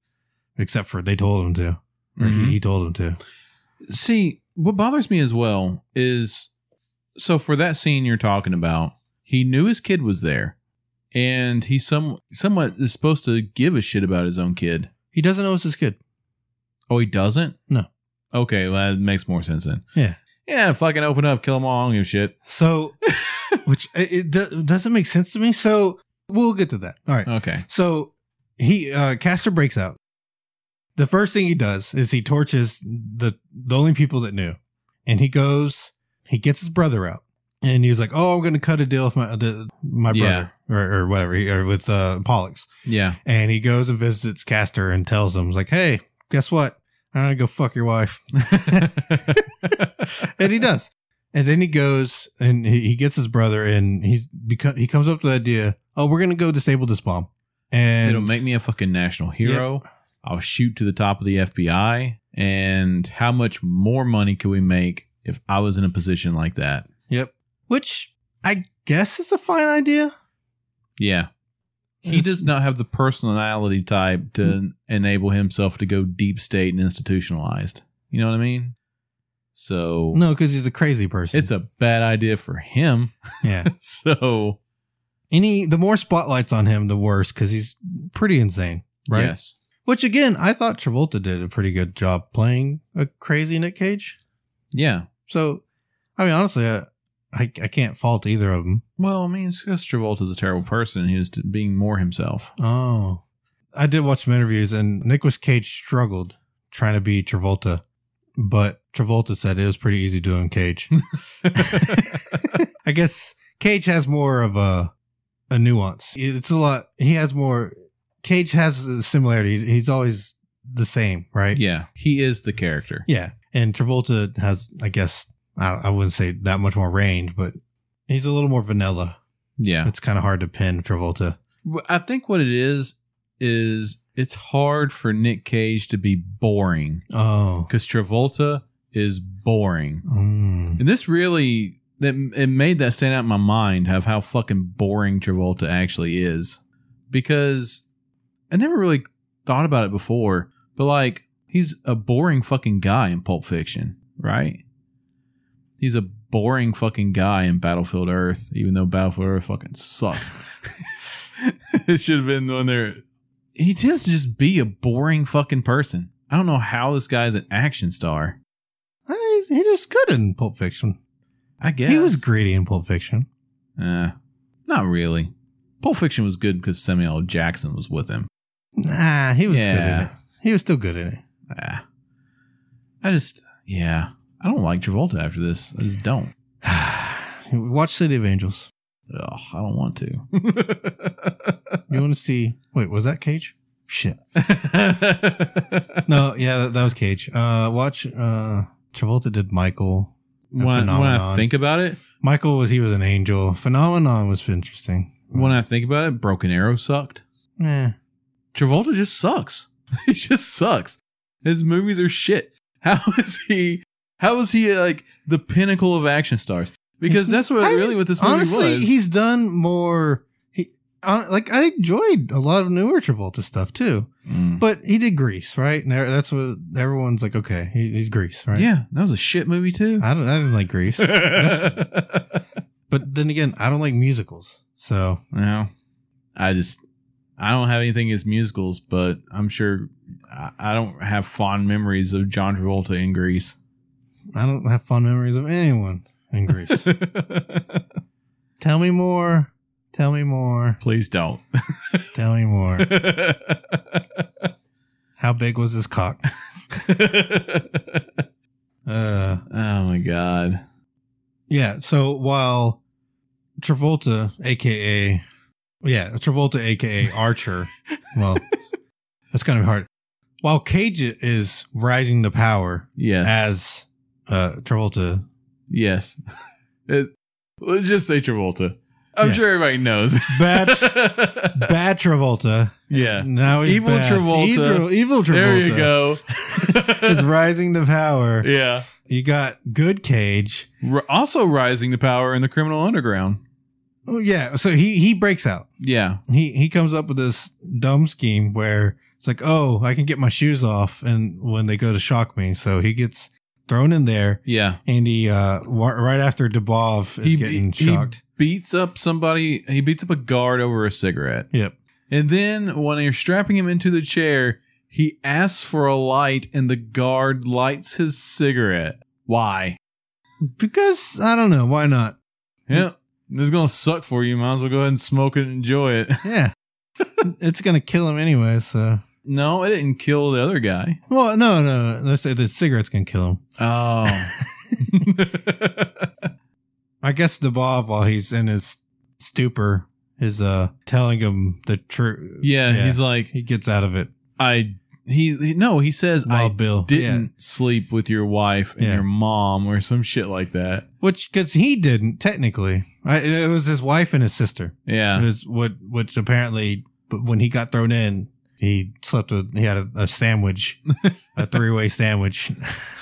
Speaker 1: except for they told him to, or
Speaker 2: Mhm.
Speaker 1: he, he told him to.
Speaker 2: See, what bothers me as well is so for that scene you're talking about, he knew his kid was there, and he some somewhat is supposed to give a shit about his own kid.
Speaker 1: He doesn't know it's his kid.
Speaker 2: Oh, he doesn't.
Speaker 1: No.
Speaker 2: Okay, well, that makes more sense then.
Speaker 1: Yeah.
Speaker 2: Yeah, fucking open up, kill them all, I don't give a shit.
Speaker 1: So, which it, it do- doesn't make sense to me. So we'll get to that. All right.
Speaker 2: Okay.
Speaker 1: So he uh Caster breaks out. The first thing he does is he torches the the only people that knew, and he goes he gets his brother out, and he's like, "Oh, I'm going to cut a deal with my the, my
Speaker 2: Yeah.
Speaker 1: brother or, or whatever, he- or with uh, Pollux."
Speaker 2: Yeah.
Speaker 1: And he goes and visits Caster and tells him, he's like, hey, guess what? I'm going to go fuck your wife. and he does. And then he goes and he, he gets his brother and he's beco- he comes up with the idea, oh, we're going to go disable this bomb. And
Speaker 2: It'll make me a fucking national hero. I'll shoot to the top of the FBI. And how much more money could we make if I was in a position like that?
Speaker 1: Yep. Which I guess is a fine idea.
Speaker 2: Yeah. He
Speaker 1: It's-
Speaker 2: does not have the personality type to enable himself to go deep state and institutionalized. You know what I mean? So
Speaker 1: No, because he's a crazy person.
Speaker 2: it's a bad idea for him.
Speaker 1: yeah.
Speaker 2: so,
Speaker 1: Any the more spotlights on him, the worse, because he's pretty insane, right?
Speaker 2: yes.
Speaker 1: Which again, I thought Travolta did a pretty good job playing a crazy Nick Cage.
Speaker 2: Yeah.
Speaker 1: So, I mean, honestly, I I, I can't fault either of them.
Speaker 2: Well, I mean, it's because Travolta's a terrible person. He was t- being more himself.
Speaker 1: Oh, I did watch some interviews, and Nicolas Cage struggled trying to be Travolta, but Travolta said it was pretty easy doing Cage. I guess Cage has more of a a nuance. It's a lot. He has more. Cage has a similarity. He's always the same, right?
Speaker 2: yeah. He is the character.
Speaker 1: Yeah. And Travolta has, I guess, I, I wouldn't say that much more range, but he's a little more vanilla.
Speaker 2: Yeah.
Speaker 1: It's kind of hard to pin Travolta.
Speaker 2: Well, I think what it is is it's hard for Nick Cage to be boring
Speaker 1: Oh.
Speaker 2: because Travolta is boring,
Speaker 1: Mm.
Speaker 2: and this really that it made that stand out in my mind of how fucking boring Travolta actually is because I never really thought about it before, but like he's a boring fucking guy in Pulp Fiction, right? He's a boring fucking guy in Battlefield Earth, even though Battlefield Earth fucking sucked. it should have been on there. He tends to just be a boring fucking person. I don't know how this guy's an action star.
Speaker 1: Uh, he's- He was good in Pulp Fiction.
Speaker 2: I guess
Speaker 1: He was greedy in Pulp Fiction.
Speaker 2: Uh, not really. Pulp Fiction was good because Samuel L. Jackson was with him.
Speaker 1: Nah, he was good in
Speaker 2: Yeah.
Speaker 1: it. He was still good in it.
Speaker 2: Ah. I just, yeah, I don't like Travolta after this. I just don't.
Speaker 1: Watch City of Angels.
Speaker 2: Ugh, I don't want to.
Speaker 1: You want to see? Wait, was that Cage? Shit. No, yeah, that, that was Cage. Uh, watch. Uh, Travolta did Michael.
Speaker 2: when, I, when I
Speaker 1: Phenomenon.
Speaker 2: think about it,
Speaker 1: Michael was he was an angel. Phenomenon was interesting.
Speaker 2: when I think about it, Broken Arrow sucked.
Speaker 1: Eh.
Speaker 2: Travolta just sucks. he just sucks. His movies are shit. How is he? How is he like the pinnacle of action stars? Because that's what
Speaker 1: I-
Speaker 2: really what this movie
Speaker 1: honestly,
Speaker 2: was.
Speaker 1: he's done more. He on, like I enjoyed a lot of newer Travolta stuff too,
Speaker 2: Mm.
Speaker 1: but he did Grease, right? And there- that's what everyone's like. Okay, he, he's Grease, right?
Speaker 2: Yeah, that was a shit movie too.
Speaker 1: I don't. I didn't like Grease, but then again, I don't like musicals. So
Speaker 2: no, I just I don't have anything against musicals, but I'm sure I, I don't have fond memories of John Travolta in Grease.
Speaker 1: I don't have fond memories of anyone in Grease. Tell me more. Tell me more.
Speaker 2: Please don't.
Speaker 1: Tell me more. How big was his cock?
Speaker 2: oh
Speaker 1: Uh,
Speaker 2: my god.
Speaker 1: yeah. So while Travolta, aka yeah, Travolta, aka Archer. well, that's kind of hard. While Cage is rising to power
Speaker 2: Yes.
Speaker 1: as uh, Travolta,
Speaker 2: yes. It, let's just say Travolta. I'm
Speaker 1: Yeah.
Speaker 2: sure everybody knows.
Speaker 1: bad, bad Travolta.
Speaker 2: Yeah.
Speaker 1: Now he's
Speaker 2: Evil
Speaker 1: bad.
Speaker 2: Travolta.
Speaker 1: Evil, evil Travolta.
Speaker 2: There you go.
Speaker 1: Is rising to power.
Speaker 2: yeah.
Speaker 1: You got good Cage.
Speaker 2: R- also rising to power in the criminal underground.
Speaker 1: Oh yeah, so he he breaks out.
Speaker 2: Yeah.
Speaker 1: He he comes up with this dumb scheme where it's like, oh, I can get my shoes off, and when they go to shock me, so he gets thrown in there,
Speaker 2: Yeah.
Speaker 1: and he uh wa- right after Dubov is
Speaker 2: He-
Speaker 1: getting
Speaker 2: he-
Speaker 1: shocked.
Speaker 2: Beats up somebody. He beats up a guard over a cigarette.
Speaker 1: Yep.
Speaker 2: And then when you're strapping him into the chair, he asks for a light and the guard lights his cigarette. Why?
Speaker 1: because I don't know why not.
Speaker 2: Yep. This is going to suck for you. Might as well go ahead and smoke it and enjoy it.
Speaker 1: Yeah, it's gonna kill him anyway. So
Speaker 2: no, it didn't kill the other guy.
Speaker 1: well, no, no, no, let's say the cigarette's gonna kill him.
Speaker 2: Oh.
Speaker 1: I guess Dubov, while he's in his stupor, is uh telling him the truth.
Speaker 2: yeah,
Speaker 1: Yeah.
Speaker 2: He's like,
Speaker 1: he gets out of it.
Speaker 2: I, he, he- no, he says, I
Speaker 1: Wild Bill
Speaker 2: didn't sleep with your wife and
Speaker 1: Yeah.
Speaker 2: your mom or some shit like that.
Speaker 1: Which, because he didn't technically. I, it was his wife and his sister.
Speaker 2: Yeah.
Speaker 1: Is what, which apparently, but when he got thrown in, he slept with. He had a, a sandwich, a three-way sandwich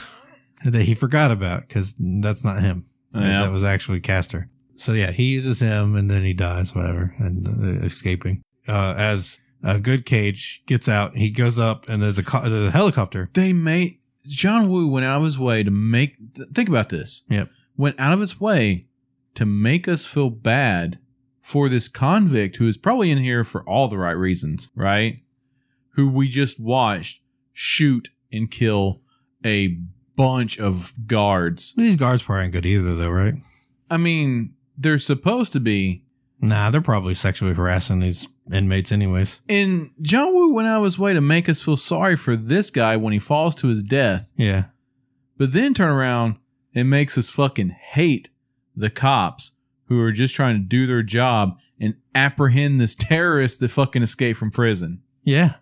Speaker 1: that he forgot about because that's not him.
Speaker 2: Yeah.
Speaker 1: That was actually Castor. So yeah, he uses him, and then he dies, whatever, and uh, escaping. Uh, as a good cage gets out, he goes up, and there's a co- there's a helicopter.
Speaker 2: They made John Woo went out of his way to make th- think about this.
Speaker 1: Yep.
Speaker 2: Went out of his way to make us feel bad for this convict who is probably in here for all the right reasons, right? Who we just watched shoot and kill a bunch of guards.
Speaker 1: These guards probably aren't good either, though, right?
Speaker 2: I mean, they're supposed to be,
Speaker 1: Nah, they're probably sexually harassing these inmates, anyways.
Speaker 2: And John Woo went out of his way to make us feel sorry for this guy when he falls to his death,
Speaker 1: Yeah,
Speaker 2: but then turn around and makes us fucking hate the cops who are just trying to do their job and apprehend this terrorist that fucking escaped from prison.
Speaker 1: yeah,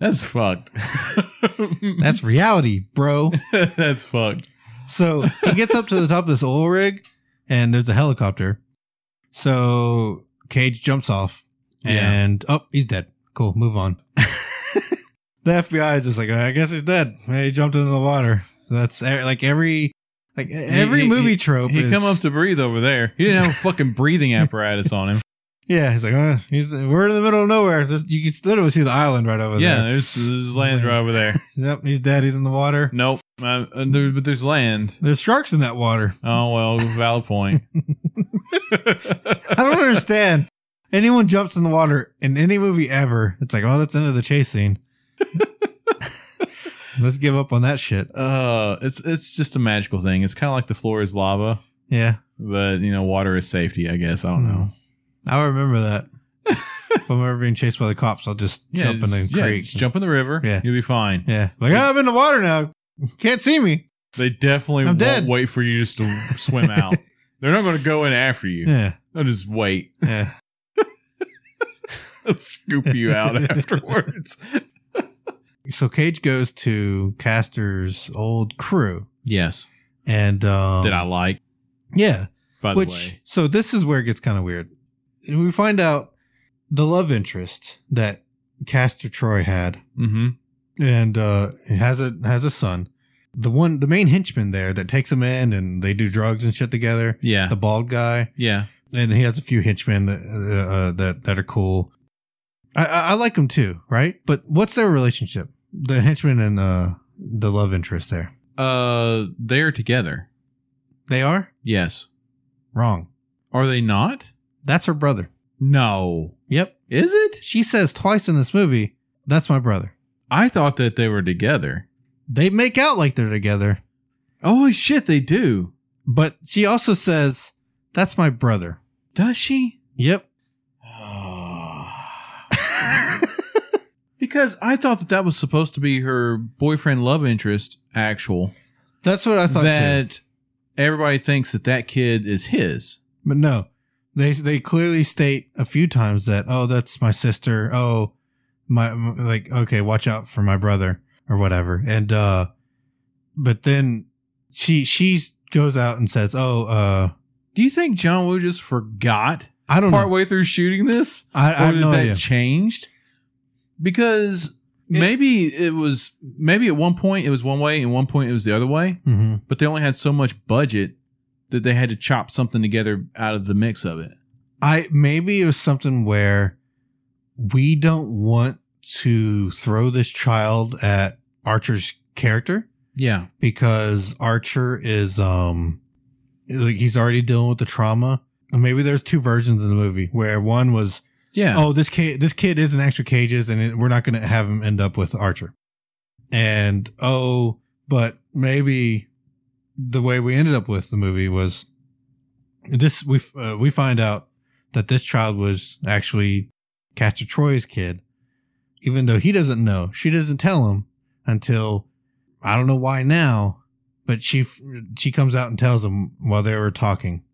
Speaker 2: That's fucked.
Speaker 1: that's reality, bro.
Speaker 2: that's fucked.
Speaker 1: So he gets up to the top of this oil rig, and there's a helicopter. So Cage jumps off, and oh, he's dead. Cool, move on. the FBI is just like, I guess he's dead. He jumped into the water. That's e- like every like every
Speaker 2: he-
Speaker 1: movie trope.
Speaker 2: He
Speaker 1: is,
Speaker 2: come up to breathe over there. He didn't have a fucking breathing apparatus on him.
Speaker 1: Yeah, he's like, uh, he's, we're in the middle of nowhere. This, you can literally see the island right over
Speaker 2: yeah,
Speaker 1: there.
Speaker 2: there's, there's land right over there.
Speaker 1: Yep, he's dead. He's in the water.
Speaker 2: Nope, uh, uh, there, but there's land.
Speaker 1: There's sharks in that water.
Speaker 2: Oh well, valid point.
Speaker 1: I don't understand. Anyone jumps in the water in any movie ever, it's like, oh, that's the end of the chase scene. Let's give up on that shit.
Speaker 2: uh, it's it's just a magical thing. It's kind of like the floor is lava,
Speaker 1: Yeah,
Speaker 2: but you know, water is safety. I guess I
Speaker 1: Hmm.
Speaker 2: don't know.
Speaker 1: I remember that. if I'm ever being chased by the cops, I'll just
Speaker 2: Yeah,
Speaker 1: jump in the
Speaker 2: just- yeah,
Speaker 1: creek.
Speaker 2: just jump in the river.
Speaker 1: Yeah.
Speaker 2: you'll be fine.
Speaker 1: Yeah, like "Ah, I'm in the water now. Can't see me.
Speaker 2: They definitely
Speaker 1: I'm
Speaker 2: won't
Speaker 1: dead.
Speaker 2: wait for you just to swim out. They're not going to go in after you.
Speaker 1: Yeah,
Speaker 2: They'll just wait.
Speaker 1: yeah.
Speaker 2: They'll scoop you out afterwards.
Speaker 1: So Cage goes to Caster's old crew,
Speaker 2: Yes,
Speaker 1: and um,
Speaker 2: that I like.
Speaker 1: Yeah,
Speaker 2: By
Speaker 1: which
Speaker 2: the way,
Speaker 1: so this is where it gets kind of weird. We find out the love interest that Caster Troy had,
Speaker 2: mm-hmm.
Speaker 1: and uh, he has a has a son. The one, the main henchman there that takes him in, and they do drugs and shit together.
Speaker 2: yeah,
Speaker 1: The bald guy.
Speaker 2: yeah,
Speaker 1: and he has a few henchmen that uh, uh, that that are cool. I, I I like them too, right? But what's their relationship? The henchman and the the love interest there.
Speaker 2: uh, they're together.
Speaker 1: They are
Speaker 2: Yes,
Speaker 1: wrong.
Speaker 2: are they not?
Speaker 1: That's her brother.
Speaker 2: No,
Speaker 1: Yep.
Speaker 2: is it?
Speaker 1: She says twice in this movie, "That's my brother."
Speaker 2: I thought that they were together.
Speaker 1: They make out like they're together,
Speaker 2: Holy shit, they do.
Speaker 1: but she also says, "That's my brother."
Speaker 2: Does she?
Speaker 1: Yep.
Speaker 2: because I thought that that was supposed to be her boyfriend love interest, actual.
Speaker 1: That's what I thought too.
Speaker 2: that everybody thinks that that kid is his.
Speaker 1: But no, they they clearly state a few times that oh that's my sister. Oh, my m- like okay, watch out for my brother or whatever. And uh, but then she she goes out and says oh uh
Speaker 2: Do you think John Woo just forgot
Speaker 1: I don't know
Speaker 2: partway through shooting this?
Speaker 1: I, I
Speaker 2: Or
Speaker 1: have
Speaker 2: did
Speaker 1: no
Speaker 2: that
Speaker 1: idea.
Speaker 2: changed? Because
Speaker 1: It-
Speaker 2: maybe it was maybe at one point it was one way and one point it was the other way,
Speaker 1: hmm
Speaker 2: but they only had so much budget that they had to chop something together out of the mix of it.
Speaker 1: I maybe it was something where we don't want to throw this child at Archer's character.
Speaker 2: Yeah.
Speaker 1: because Archer is um like he's already dealing with the trauma. And maybe there's two versions of the movie where one was
Speaker 2: Yeah.
Speaker 1: oh this kid this kid is in actual cages and it, we're not going to have him end up with Archer. And oh but maybe the way we ended up with the movie was this we f- uh, we find out that this child was actually Castor Troy's kid even though he doesn't know. She doesn't tell him until I don't know why now, but she f- she comes out and tells him while they were talking.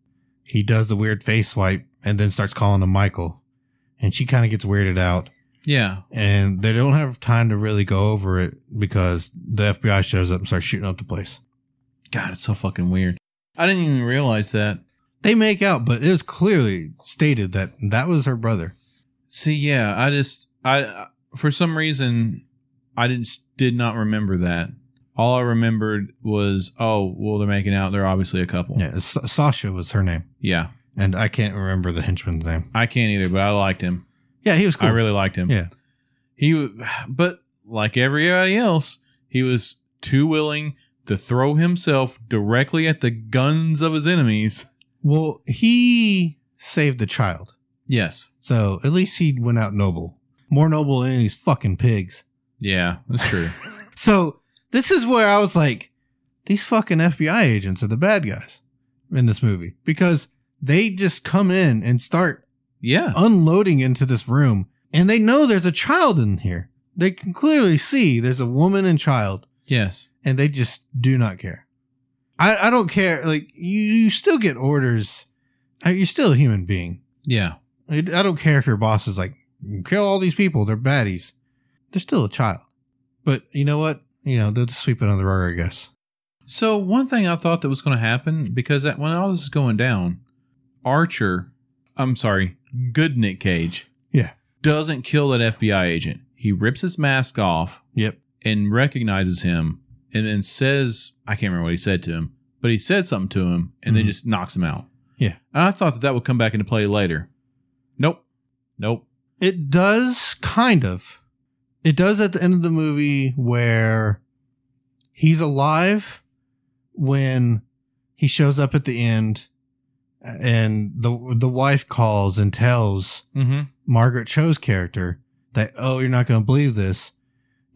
Speaker 1: He does the weird face swipe and then starts calling him Michael, and she kind of gets weirded out.
Speaker 2: Yeah.
Speaker 1: And they don't have time to really go over it because the FBI shows up and starts shooting up the place.
Speaker 2: God, it's so fucking weird. I didn't even realize that.
Speaker 1: They make out, but it was clearly stated that that was her brother.
Speaker 2: See, yeah, I just I for some reason I didn't did not remember that. All I remembered was oh, well they're making out, they're obviously a couple.
Speaker 1: Yeah, Sa- Sasha was her name,
Speaker 2: Yeah.
Speaker 1: and I can't remember the henchman's name.
Speaker 2: I can't either, but I liked him.
Speaker 1: Yeah, he was cool.
Speaker 2: I really liked him.
Speaker 1: Yeah.
Speaker 2: He w- but like everybody else, he was too willing to throw himself directly at the guns of his enemies.
Speaker 1: well, he saved the child.
Speaker 2: Yes.
Speaker 1: So at least he went out noble. More noble than these fucking pigs.
Speaker 2: Yeah, that's true.
Speaker 1: So this is where I was like, these fucking FBI agents are the bad guys in this movie because they just come in and start
Speaker 2: yeah.
Speaker 1: unloading into this room and they know there's a child in here. They can clearly see there's a woman and child
Speaker 2: Yes.
Speaker 1: and they just do not care. I, I don't care. Like you, you still get orders. Uh, You're still a human being.
Speaker 2: Yeah.
Speaker 1: I I don't care if your boss is like, kill all these people, they're baddies. They're still a child. But you know what? You know, they'll just sweep it under the rug, I guess.
Speaker 2: So one thing I thought that was going to happen because that, when all this is going down, Archer, I'm sorry, good Nick Cage,
Speaker 1: Yeah.
Speaker 2: doesn't kill that FBI agent. He rips his mask off,
Speaker 1: Yep.
Speaker 2: and recognizes him, and then says, I can't remember what he said to him, but he said something to him, and then
Speaker 1: Mhm.
Speaker 2: just knocks him out.
Speaker 1: Yeah.
Speaker 2: and I thought that that would come back into play later. Nope, Nope.
Speaker 1: It does kind of. It does at the end of the movie where he's alive when he shows up at the end and the the wife calls and tells
Speaker 2: Mm-hmm.
Speaker 1: Margaret Cho's character that oh you're not going to believe this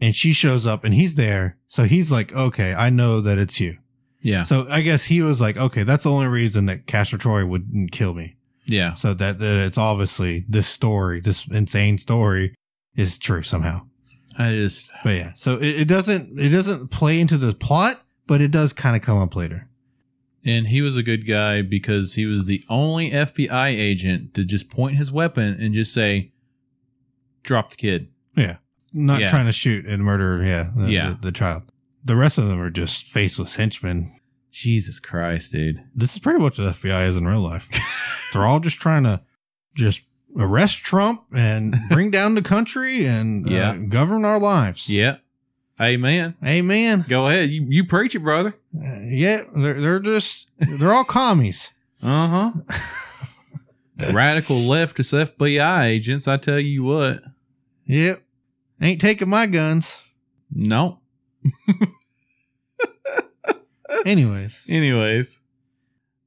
Speaker 1: and she shows up and he's there so he's like okay I know that it's you.
Speaker 2: Yeah.
Speaker 1: So I guess he was like okay that's the only reason that Castro Troy wouldn't kill me.
Speaker 2: Yeah.
Speaker 1: So that, that it's obviously this story, this insane story, is true somehow.
Speaker 2: I just
Speaker 1: But yeah, so it, it doesn't it doesn't play into the plot, but it does kind of come up later.
Speaker 2: and he was a good guy because he was the only FBI agent to just point his weapon and just say, "Drop the kid."
Speaker 1: Not
Speaker 2: Yeah.
Speaker 1: trying to shoot and murder, yeah, the,
Speaker 2: Yeah.
Speaker 1: the, the child. The rest of them are just faceless henchmen.
Speaker 2: Jesus Christ, dude.
Speaker 1: This is pretty much what the FBI is in real life. They're all just trying to just arrest Trump and bring down the country and
Speaker 2: Yeah.
Speaker 1: uh, govern our lives.
Speaker 2: Yeah. Hey, man.
Speaker 1: Amen.
Speaker 2: Go ahead. You, you preach it, brother.
Speaker 1: Uh, yeah, they're they're just they're all commies.
Speaker 2: Uh huh. Radical leftist FBI agents. I tell you what.
Speaker 1: Yep. Ain't taking my guns.
Speaker 2: No.
Speaker 1: Anyways.
Speaker 2: Anyways,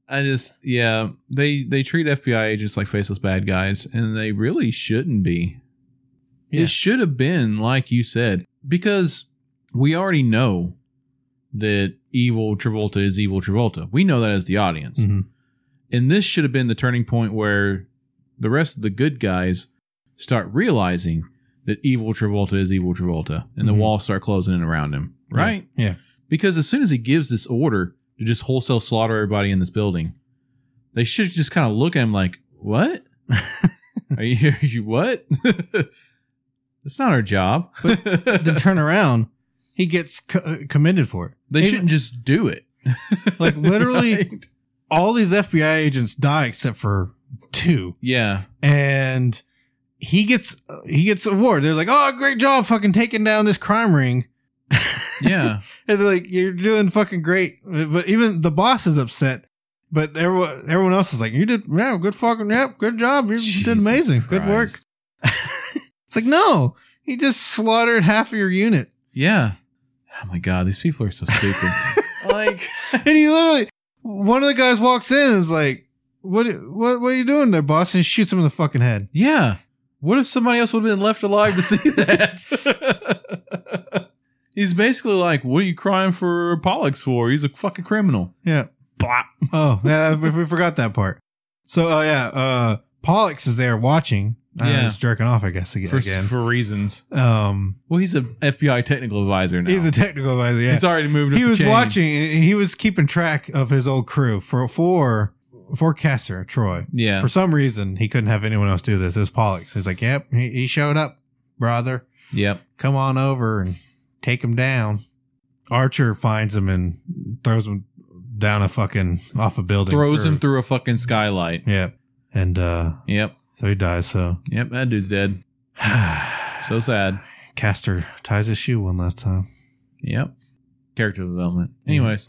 Speaker 2: I just yeah they they treat FBI agents like faceless bad guys, and they really shouldn't be.
Speaker 1: Yeah.
Speaker 2: It should have been like you said because we already know that evil Travolta is evil Travolta. We know that as the audience, and this should have been the turning point where the rest of the good guys start realizing that evil Travolta is evil Travolta, and the
Speaker 1: Mhm.
Speaker 2: walls start closing in around him. Right?
Speaker 1: Yeah.
Speaker 2: Because as soon as he gives this order to just wholesale slaughter everybody in this building, they should just kind of look at him like, "What? are you? Are you what? That's not our job."
Speaker 1: Then turn around. He gets co- uh, commended for it.
Speaker 2: they
Speaker 1: Even-
Speaker 2: shouldn't just do it.
Speaker 1: Like, literally-
Speaker 2: Right?
Speaker 1: All these FBI agents die except for two,
Speaker 2: yeah,
Speaker 1: and he gets he gets an award. They're like, "Oh, great job, fucking taking down this crime ring."
Speaker 2: yeah,
Speaker 1: And they're like, "You're doing fucking great." But even the boss is upset. But everyone everyone else is like, "You did, yeah, good fucking, yep, good job. You did
Speaker 2: Jesus
Speaker 1: amazing. Good work."
Speaker 2: Christ.
Speaker 1: It's like, no, he just slaughtered half of your unit.
Speaker 2: Yeah. Oh my god, these people are so stupid. like,
Speaker 1: And he literally, one of the guys walks in and is like, "What? What? What are you doing there, boss?" And shoots him in the fucking head.
Speaker 2: yeah. What if somebody else would have been left alive to see that? He's basically like, "What are you crying for Pollux for? He's a fucking criminal."
Speaker 1: Yeah.
Speaker 2: Blah.
Speaker 1: Oh, yeah. we we forgot that part. So, oh yeah, uh, Pollux is there watching. Uh,
Speaker 2: Yeah.
Speaker 1: he's jerking off, I guess ag-
Speaker 2: For,
Speaker 1: again.
Speaker 2: for reasons.
Speaker 1: um,
Speaker 2: Well, he's a FBI technical advisor now.
Speaker 1: he's a technical advisor. Yeah.
Speaker 2: He's already moved. up
Speaker 1: he
Speaker 2: the
Speaker 1: was
Speaker 2: chain.
Speaker 1: watching. And he was keeping track of his old crew for for for Caster Troy.
Speaker 2: Yeah.
Speaker 1: For some reason, he couldn't have anyone else do this. It was Pollux. He's like, "Yep, he, he showed up, brother."
Speaker 2: yep.
Speaker 1: come on over and take him down. Archer finds him and throws him down a fucking off a building.
Speaker 2: Throws
Speaker 1: Or-
Speaker 2: him through a fucking skylight.
Speaker 1: Yeah. And uh
Speaker 2: Yep.
Speaker 1: so he dies, so
Speaker 2: Yep. That dude's dead. So sad.
Speaker 1: Castor ties his shoe one last time.
Speaker 2: Yep. Character development. Anyways.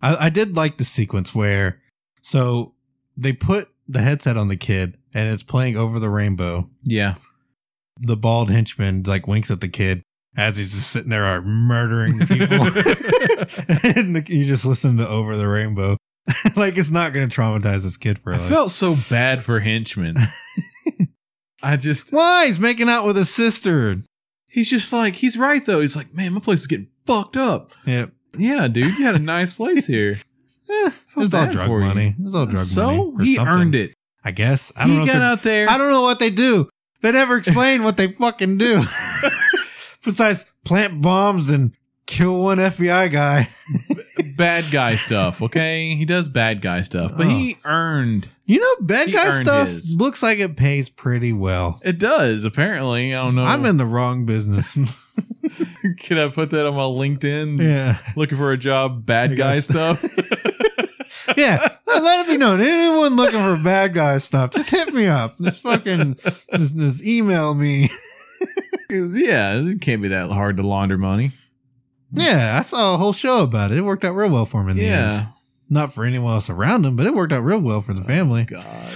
Speaker 1: I, I did like the sequence where so they put the headset on the kid and it's playing over the rainbow.
Speaker 2: Yeah.
Speaker 1: The bald henchman like winks at the kid as he's just sitting there are murdering people. and the, you just listen to over the rainbow like it's not going to traumatize this kid for
Speaker 2: I
Speaker 1: life.
Speaker 2: felt so bad for Henchman. I just,
Speaker 1: why he's making out with his sister
Speaker 2: he's just like, he's right though. He's like, man, my place is getting fucked up.
Speaker 1: yep
Speaker 2: Yeah, dude, you had a nice place here.
Speaker 1: Eh, it was all
Speaker 2: bad
Speaker 1: drug
Speaker 2: for you.
Speaker 1: money it was all drug money
Speaker 2: so
Speaker 1: or
Speaker 2: he
Speaker 1: something.
Speaker 2: earned it.
Speaker 1: i guess i don't
Speaker 2: He
Speaker 1: know if
Speaker 2: got
Speaker 1: they're-
Speaker 2: out there.
Speaker 1: i don't know what they do they never explain what they fucking do besides plant bombs and kill one fbi guy
Speaker 2: bad guy stuff. Okay, he does bad guy stuff, but he
Speaker 1: Oh.
Speaker 2: earned.
Speaker 1: you know bad
Speaker 2: He
Speaker 1: guy
Speaker 2: earned
Speaker 1: stuff
Speaker 2: his.
Speaker 1: looks like it pays pretty well
Speaker 2: It does apparently. I don't know.
Speaker 1: i'm in the wrong business
Speaker 2: Can I put that on my LinkedIn?
Speaker 1: yeah
Speaker 2: Looking for a job, bad
Speaker 1: I
Speaker 2: guy
Speaker 1: guess.
Speaker 2: stuff.
Speaker 1: yeah, let let it be known. Anyone looking for bad guy stuff, just hit me up. Just fucking, just, just email me.
Speaker 2: yeah, it can't be that hard to launder money.
Speaker 1: Yeah, I saw a whole show about it. It worked out real well for him in the end.
Speaker 2: yeah.
Speaker 1: Not for anyone else around him, but it worked out real well for the family.
Speaker 2: God.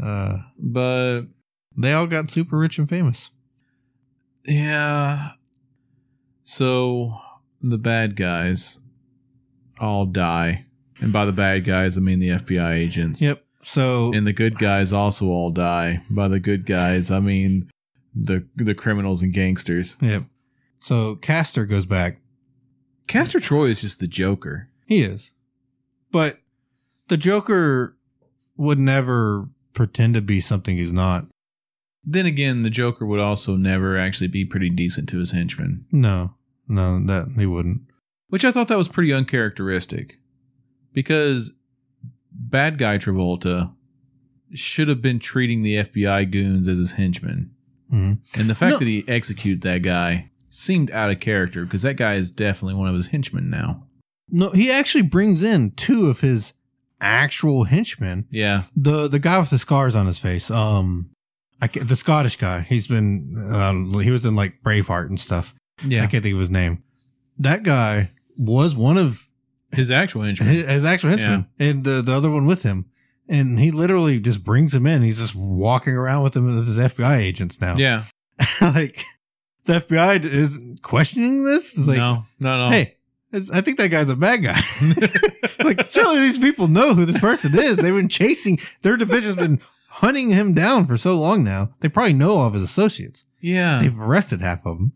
Speaker 1: Uh,
Speaker 2: But
Speaker 1: they all got super rich and famous.
Speaker 2: yeah. So the bad guys all die. And by the bad guys, I mean the FBI agents.
Speaker 1: Yep. So
Speaker 2: And the good guys also all die. By the good guys, I mean the the criminals and gangsters.
Speaker 1: yep. So Castor goes back.
Speaker 2: Castor Troy is just the Joker.
Speaker 1: He is, but the Joker would never pretend to be something he's not.
Speaker 2: Then again, the Joker would also never actually be pretty decent to his henchmen,
Speaker 1: No, no, that he wouldn't.
Speaker 2: which I thought that was pretty uncharacteristic because bad guy Travolta should have been treating the FBI goons as his henchmen.
Speaker 1: Mhm.
Speaker 2: And the fact
Speaker 1: No.
Speaker 2: that he executed that guy seemed out of character because that guy is definitely one of his henchmen now.
Speaker 1: No, he actually brings in two of his actual henchmen.
Speaker 2: Yeah.
Speaker 1: the The guy with the scars on his face, um, I can the Scottish guy. He's been uh, he was in like Braveheart and stuff.
Speaker 2: Yeah.
Speaker 1: I can't think of his name. That guy was one of
Speaker 2: His actual henchmen.
Speaker 1: his, his actual henchmen, and the the other one with him. And he literally just brings him in. He's just walking around with him with his FBI agents now.
Speaker 2: yeah.
Speaker 1: like the FBI is questioning this. It's like,
Speaker 2: no, not at all.
Speaker 1: hey, it's, I think that guy's a bad guy. like surely these people know who this person is. They've been chasing their division's been hunting him down for so long now. They probably know all of his associates.
Speaker 2: yeah.
Speaker 1: They've arrested half of them.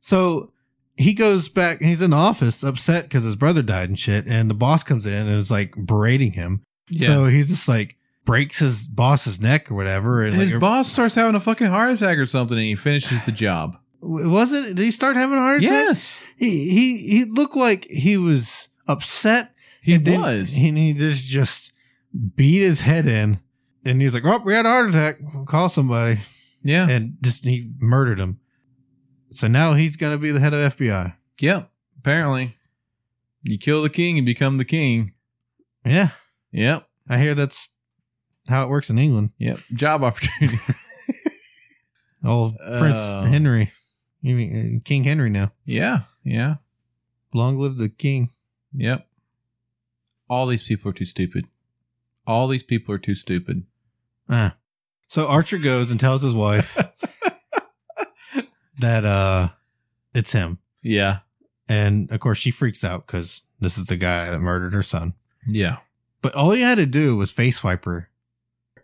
Speaker 1: So he goes back and he's in the office upset because his brother died and shit. And the boss comes in and is like berating him.
Speaker 2: yeah.
Speaker 1: So he's just like breaks his boss's neck or whatever. And
Speaker 2: his
Speaker 1: like,
Speaker 2: boss starts having a fucking heart attack or something and he finishes the job.
Speaker 1: was it? Did he start having a heart attack?
Speaker 2: Yes.
Speaker 1: He he he looked like he was upset
Speaker 2: He
Speaker 1: And then
Speaker 2: was.
Speaker 1: He, he just just beat his head in, and he's like, "Oh, we had a heart attack. Call somebody."
Speaker 2: yeah.
Speaker 1: And just he murdered him. So now he's gonna be the head of FBI.
Speaker 2: Yep. Apparently. You kill the king, you become the king.
Speaker 1: Yeah,
Speaker 2: Yep.
Speaker 1: I hear that's how it works in England.
Speaker 2: Yep. Job opportunity.
Speaker 1: Oh,
Speaker 2: Oh.
Speaker 1: Prince Henry, you mean uh, King Henry now?
Speaker 2: yeah. Yeah.
Speaker 1: Long live the king.
Speaker 2: Yep. All these people are too stupid. All these people are too stupid.
Speaker 1: Ah. So Archer goes and tells his wife that uh, it's him,
Speaker 2: Yeah.
Speaker 1: and of course she freaks out because this is the guy that murdered her son.
Speaker 2: Yeah.
Speaker 1: But all you had to do was face swipe her.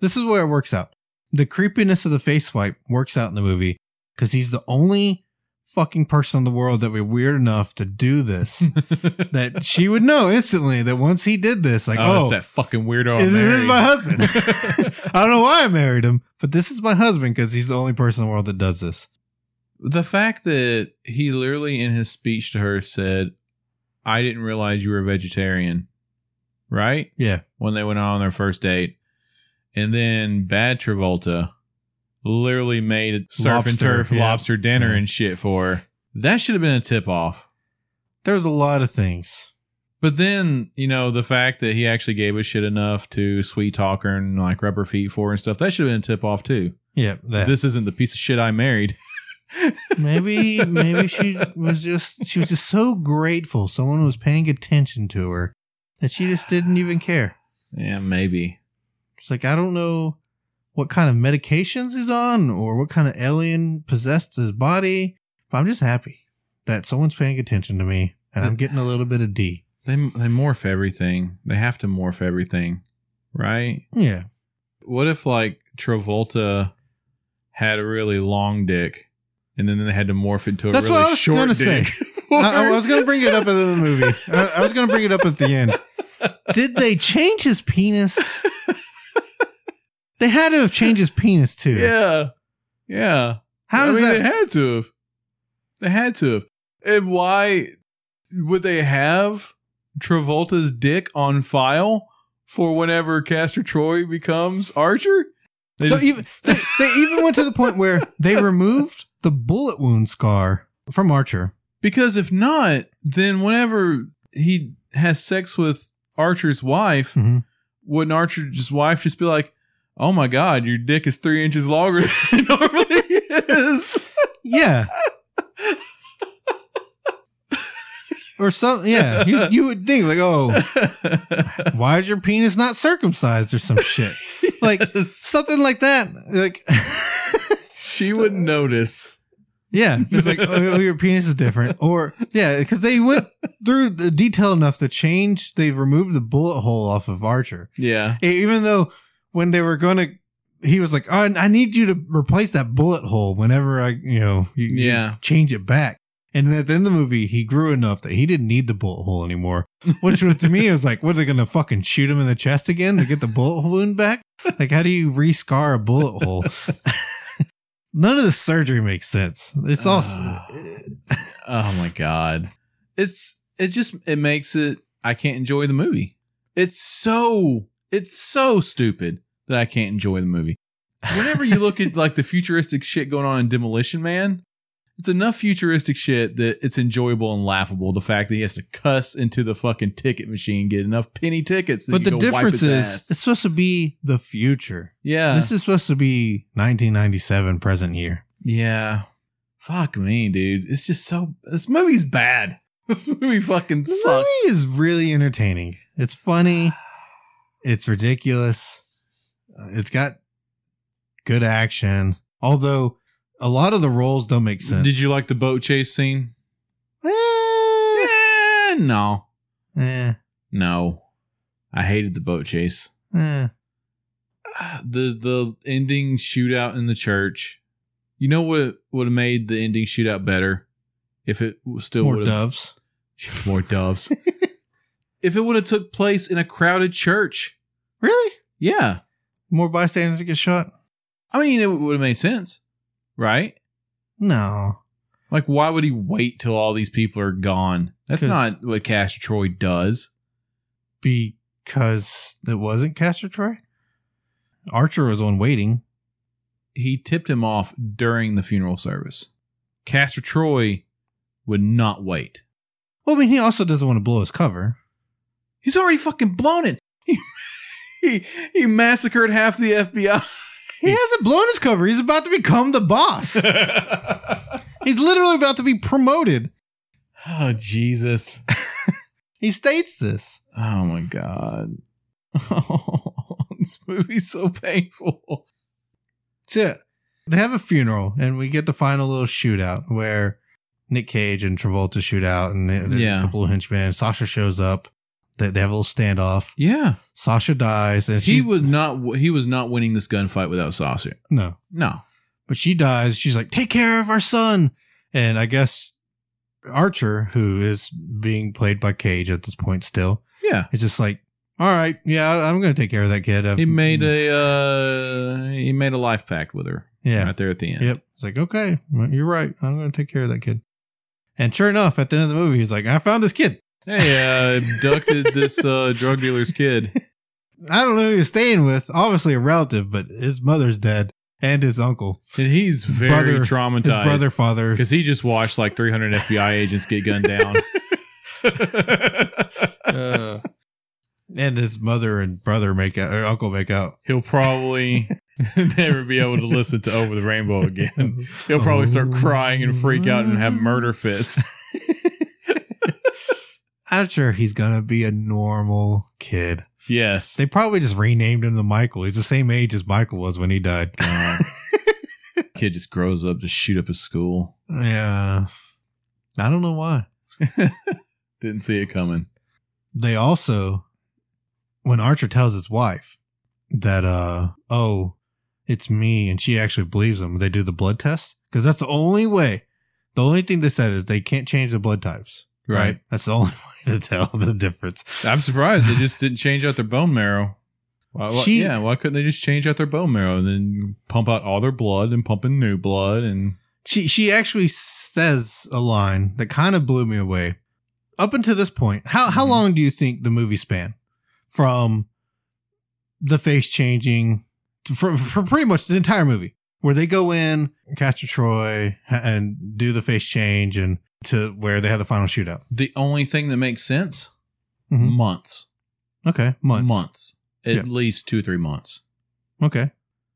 Speaker 1: This is where it works out. The creepiness of the face swipe works out in the movie because he's the only fucking person in the world that would be weird enough to do this. that she would know instantly that once he did this, like,
Speaker 2: oh,
Speaker 1: oh,
Speaker 2: it's that fucking weirdo. I
Speaker 1: this is
Speaker 2: married.
Speaker 1: my husband. I don't know why I married him, but this is my husband because he's the only person in the world that does this.
Speaker 2: the fact that he literally in his speech to her said, I didn't realize you were a vegetarian, right?
Speaker 1: Yeah.
Speaker 2: When they went on their first date. And then Bad Travolta literally made surf and
Speaker 1: Lobster,
Speaker 2: turf
Speaker 1: yeah.
Speaker 2: lobster dinner
Speaker 1: Yeah.
Speaker 2: and shit for her. That should have been a tip off.
Speaker 1: There's a lot of things.
Speaker 2: But then, you know, the fact that he actually gave a shit enough to sweet talk her and like rub her feet for her and stuff, that should have been a tip off too.
Speaker 1: Yeah, that.
Speaker 2: This isn't the piece of shit I married.
Speaker 1: maybe maybe she was just she was just so grateful someone was paying attention to her that she just didn't even care
Speaker 2: Yeah, maybe.
Speaker 1: she's like i don't know what kind of medications he's on or what kind of alien possessed his body but i'm just happy that someone's paying attention to me and i'm getting a little bit of d
Speaker 2: They they morph everything. They have to morph everything, right?
Speaker 1: yeah
Speaker 2: What if like Travolta had a really long dick, and then they had to morph it to a
Speaker 1: That's
Speaker 2: really
Speaker 1: what I was
Speaker 2: short
Speaker 1: gonna say.
Speaker 2: dick?
Speaker 1: I, I was gonna bring it up in the movie I, I was gonna bring it up at the end did they change his penis they had to have changed his penis too
Speaker 2: Yeah, yeah.
Speaker 1: how
Speaker 2: I
Speaker 1: does
Speaker 2: mean,
Speaker 1: that
Speaker 2: They had to have. They had to have. And why would they have Travolta's dick on file for whenever Castor Troy becomes Archer? They
Speaker 1: so
Speaker 2: just-
Speaker 1: even they, they even went to the point where they removed the bullet wound scar from Archer.
Speaker 2: Because if not, then whenever he has sex with Archer's wife,
Speaker 1: Mhm.
Speaker 2: wouldn't Archer's wife just be like, "Oh my God, your dick is three inches longer than it normally is"?
Speaker 1: Yeah. or some yeah, you, you would think like, oh, why is your penis not circumcised or some shit? Like
Speaker 2: Yes.
Speaker 1: something like that. Like
Speaker 2: she would notice.
Speaker 1: Yeah, it's like oh, your penis is different, or yeah, because they went through the detail enough to change. They removed the bullet hole off of Archer,
Speaker 2: Yeah.
Speaker 1: E- even though when they were going to, he was like, oh, "I need you to replace that bullet hole whenever I, you know, you, you
Speaker 2: Yeah.
Speaker 1: change it back." And then at the end of the movie, he grew enough that he didn't need the bullet hole anymore. Which was, to me was like, what are they going to fucking shoot him in the chest again to get the bullet wound back? Like, how do you rescar a bullet hole? None of the surgery makes sense. It's all. uh,
Speaker 2: Oh my god. It's it just it makes it I can't enjoy the movie. It's so it's so stupid that I can't enjoy the movie. Whenever you look at like the futuristic shit going on in Demolition Man, it's enough futuristic shit that it's enjoyable and laughable. The fact that he has to cuss into the fucking ticket machine, get enough penny tickets. That
Speaker 1: but the difference is,
Speaker 2: is,
Speaker 1: it's supposed to be the future.
Speaker 2: yeah,
Speaker 1: This is supposed to be 1997 present year.
Speaker 2: yeah. Fuck me, dude. It's just so. This movie's bad. This movie fucking
Speaker 1: The
Speaker 2: sucks.
Speaker 1: movie is really entertaining. It's funny. It's ridiculous. Uh, It's got good action. Although a lot of the roles don't make sense.
Speaker 2: Did you like the boat chase scene?
Speaker 1: Eh,
Speaker 2: Eh, no,
Speaker 1: eh,
Speaker 2: no, I hated the boat chase.
Speaker 1: eh.
Speaker 2: The the ending shootout in the church. You know what would have made the ending shootout better if it still
Speaker 1: More
Speaker 2: would have
Speaker 1: doves.
Speaker 2: more doves. if it would have took place in a crowded church,
Speaker 1: Really?
Speaker 2: yeah.
Speaker 1: More bystanders that get shot?
Speaker 2: I mean, it would have made sense, right?
Speaker 1: No.
Speaker 2: Like, why would he wait till all these people are gone? That's
Speaker 1: 'Cause-
Speaker 2: not what Castor Troy does.
Speaker 1: Because it wasn't Castor Troy? Archer was on waiting.
Speaker 2: he tipped him off during the funeral service. Castor Troy would not wait.
Speaker 1: Well, I mean, he also doesn't want to blow his cover.
Speaker 2: He's already fucking blown it. He, he, he massacred half the FBI.
Speaker 1: He hasn't blown his cover. He's about to become the boss. He's literally about to be promoted.
Speaker 2: oh, Jesus.
Speaker 1: He states this.
Speaker 2: Oh, my God. this movie's so painful.
Speaker 1: So they have a funeral, and we get the final little shootout where Nick Cage and Travolta shoot out, and there- there's
Speaker 2: Yeah.
Speaker 1: a couple of henchmen. Sasha shows up. They, they have a little standoff.
Speaker 2: Yeah.
Speaker 1: Sasha dies, and
Speaker 2: He
Speaker 1: she's
Speaker 2: was not he was not winning this gunfight without Saucer.
Speaker 1: no,
Speaker 2: No.
Speaker 1: but she dies. She's like, "Take care of our son," and I guess Archer, who is being played by Cage at this point still,
Speaker 2: Yeah.
Speaker 1: is just like, "All right, yeah, I- I'm going to take care of that kid." Mm, I've-
Speaker 2: He made a uh he made a life pact with her.
Speaker 1: yeah.
Speaker 2: Right there at the end.
Speaker 1: Yep. It's like, okay, well, you're right. I'm going to take care of that kid. And sure enough, at the end of the movie, he's like, I found this kid.
Speaker 2: Hey, uh, abducted this uh, drug dealer's kid.
Speaker 1: I don't know who he's staying with. Obviously a relative, but his mother's dead and his uncle,
Speaker 2: And he's very
Speaker 1: Brother-
Speaker 2: traumatized.
Speaker 1: his brother, father.
Speaker 2: Because he just watched like 300 FBI agents get gunned down.
Speaker 1: uh, and his mother and brother make out, or uncle make out.
Speaker 2: He'll probably never be able to listen to Over the Rainbow again. He'll probably
Speaker 1: Oh.
Speaker 2: start crying and freak out and have murder fits.
Speaker 1: I'm sure he's going to be a normal kid.
Speaker 2: Yes.
Speaker 1: They probably just renamed him to Michael. He's the same age as Michael was when he died.
Speaker 2: Uh, kid just grows up to shoot up his school.
Speaker 1: yeah. I don't know why.
Speaker 2: Didn't see it coming.
Speaker 1: they also when archer tells his wife that uh oh it's me and she actually believes him they do the blood test because that's the only way the only thing they said is they can't change the blood types right, that's the only way to tell the difference
Speaker 2: I'm surprised they just didn't change out their bone marrow. Why, why-
Speaker 1: She-
Speaker 2: yeah, why couldn't they just change out their bone marrow and then pump out all their blood and pump in new blood? And
Speaker 1: she she actually says a line that kind of blew me away up until this point how how
Speaker 2: Mhm.
Speaker 1: long do you think the movie span from the face changing to, for, for pretty much the entire movie where they go in Castor Troy ha- and do the face change and to where they have the final shootout
Speaker 2: the only thing that makes sense
Speaker 1: Mhm.
Speaker 2: months,
Speaker 1: okay months
Speaker 2: months, at
Speaker 1: Yeah.
Speaker 2: least two three months.
Speaker 1: okay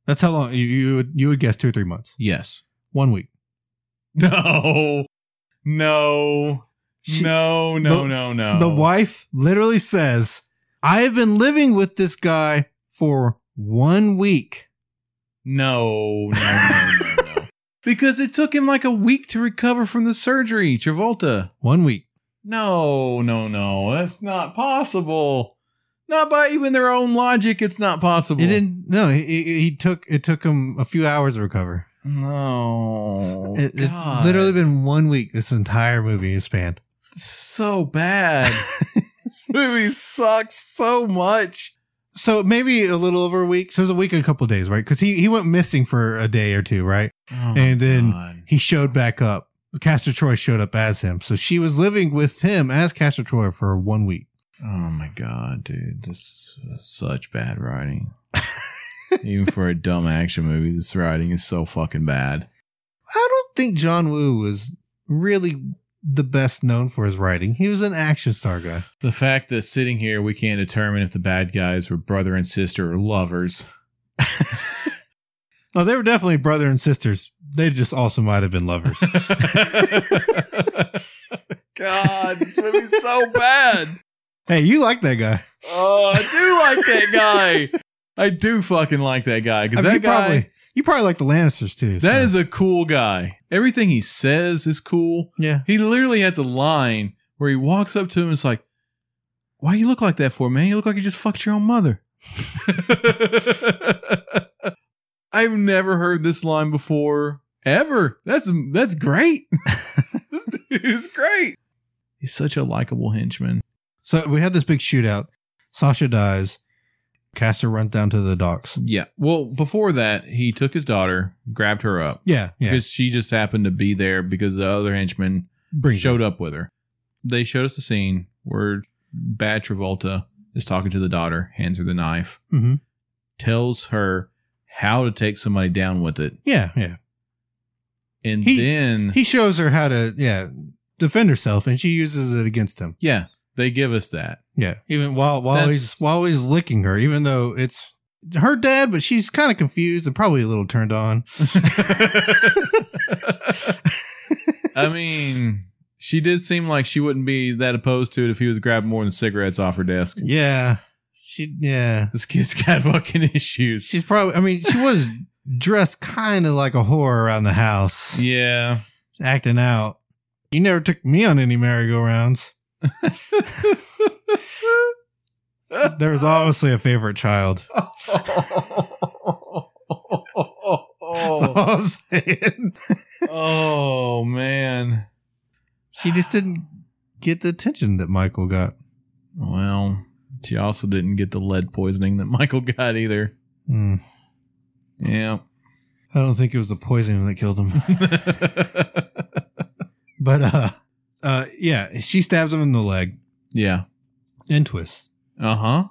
Speaker 1: that's how long you you would, you would guess 2 or 3 months
Speaker 2: Yes.
Speaker 1: one week
Speaker 2: No. No.
Speaker 1: She-
Speaker 2: no. No.
Speaker 1: the-
Speaker 2: no. No.
Speaker 1: The wife literally says, I have been living with this guy for One week.
Speaker 2: No, no, no, no, no. Because it took him like a week to recover from the surgery, Travolta.
Speaker 1: One week.
Speaker 2: No, no, no. That's not possible. Not by even their own logic, it's not possible.
Speaker 1: It didn't. No, he, he he took it took him a few hours to recover.
Speaker 2: No.
Speaker 1: It, it's
Speaker 2: Oh, God.
Speaker 1: literally been one week. This entire movie is spanned.
Speaker 2: so bad. this movie sucks so much.
Speaker 1: So maybe a little over a week. So it was a week and a couple of days, right? Because he he went missing for a day or two, right?
Speaker 2: Oh,
Speaker 1: And then-
Speaker 2: God.
Speaker 1: He showed back up. Castor Troy showed up as him. So she was living with him as Castor Troy for one week.
Speaker 2: Oh my god, dude. This is such bad writing. Even for a dumb action movie, this writing is so fucking bad.
Speaker 1: I don't think John Woo was really the best known for his writing. He was an action star guy.
Speaker 2: The fact that sitting here we can't determine if the bad guys were brother and sister or lovers.
Speaker 1: No, they were definitely brother and sisters. They just also might have been lovers.
Speaker 2: God, this movie's so bad.
Speaker 1: hey, you like that guy?
Speaker 2: Oh, I do like that guy. I do fucking like that guy
Speaker 1: I
Speaker 2: because
Speaker 1: mean, you
Speaker 2: that guy
Speaker 1: probably you probably like the Lannisters too.
Speaker 2: that is a cool guy. Everything he says is cool.
Speaker 1: yeah.
Speaker 2: He literally has a line where he walks up to him and is like, Why you look like that for, man? You look like you just fucked your own mother. I've never heard this line before. Ever. That's that's great. this dude is great. He's such a likable henchman.
Speaker 1: So we had this big shootout. Sasha dies. Caster runs down to the docks.
Speaker 2: Yeah. Well, before that, he took his daughter, grabbed her up.
Speaker 1: Yeah, yeah.
Speaker 2: Because she just happened to be there because the other henchman
Speaker 1: Bring
Speaker 2: showed up with her. They showed us the scene where Bad Travolta is talking to the daughter, hands her the knife,
Speaker 1: hmm
Speaker 2: tells her how to take somebody down with it,
Speaker 1: Yeah, yeah.
Speaker 2: and
Speaker 1: He-
Speaker 2: then
Speaker 1: He shows her how to yeah defend herself, and she uses it against him.
Speaker 2: yeah, they give us that.
Speaker 1: Yeah, even while while
Speaker 2: That's-
Speaker 1: he's while he's licking her, even though it's her dad, but she's kind of confused and probably a little turned on.
Speaker 2: I mean, she did seem like she wouldn't be that opposed to it if he was grabbing more than cigarettes off her desk.
Speaker 1: Yeah, she yeah.
Speaker 2: This kid's got fucking issues.
Speaker 1: She's probably. I mean, she was dressed kind of like a whore around the house,
Speaker 2: yeah.
Speaker 1: acting out. You never took me on any merry-go-rounds. There was obviously a favorite child. That's
Speaker 2: oh,
Speaker 1: all I'm saying.
Speaker 2: oh man.
Speaker 1: She just didn't get the attention that Michael got.
Speaker 2: Well, she also didn't get the lead poisoning that Michael got either.
Speaker 1: Hmm.
Speaker 2: Yeah.
Speaker 1: I don't think it was the poisoning that killed him. But uh, uh, yeah, she stabs him in the leg
Speaker 2: yeah.
Speaker 1: and twists.
Speaker 2: Uh huh.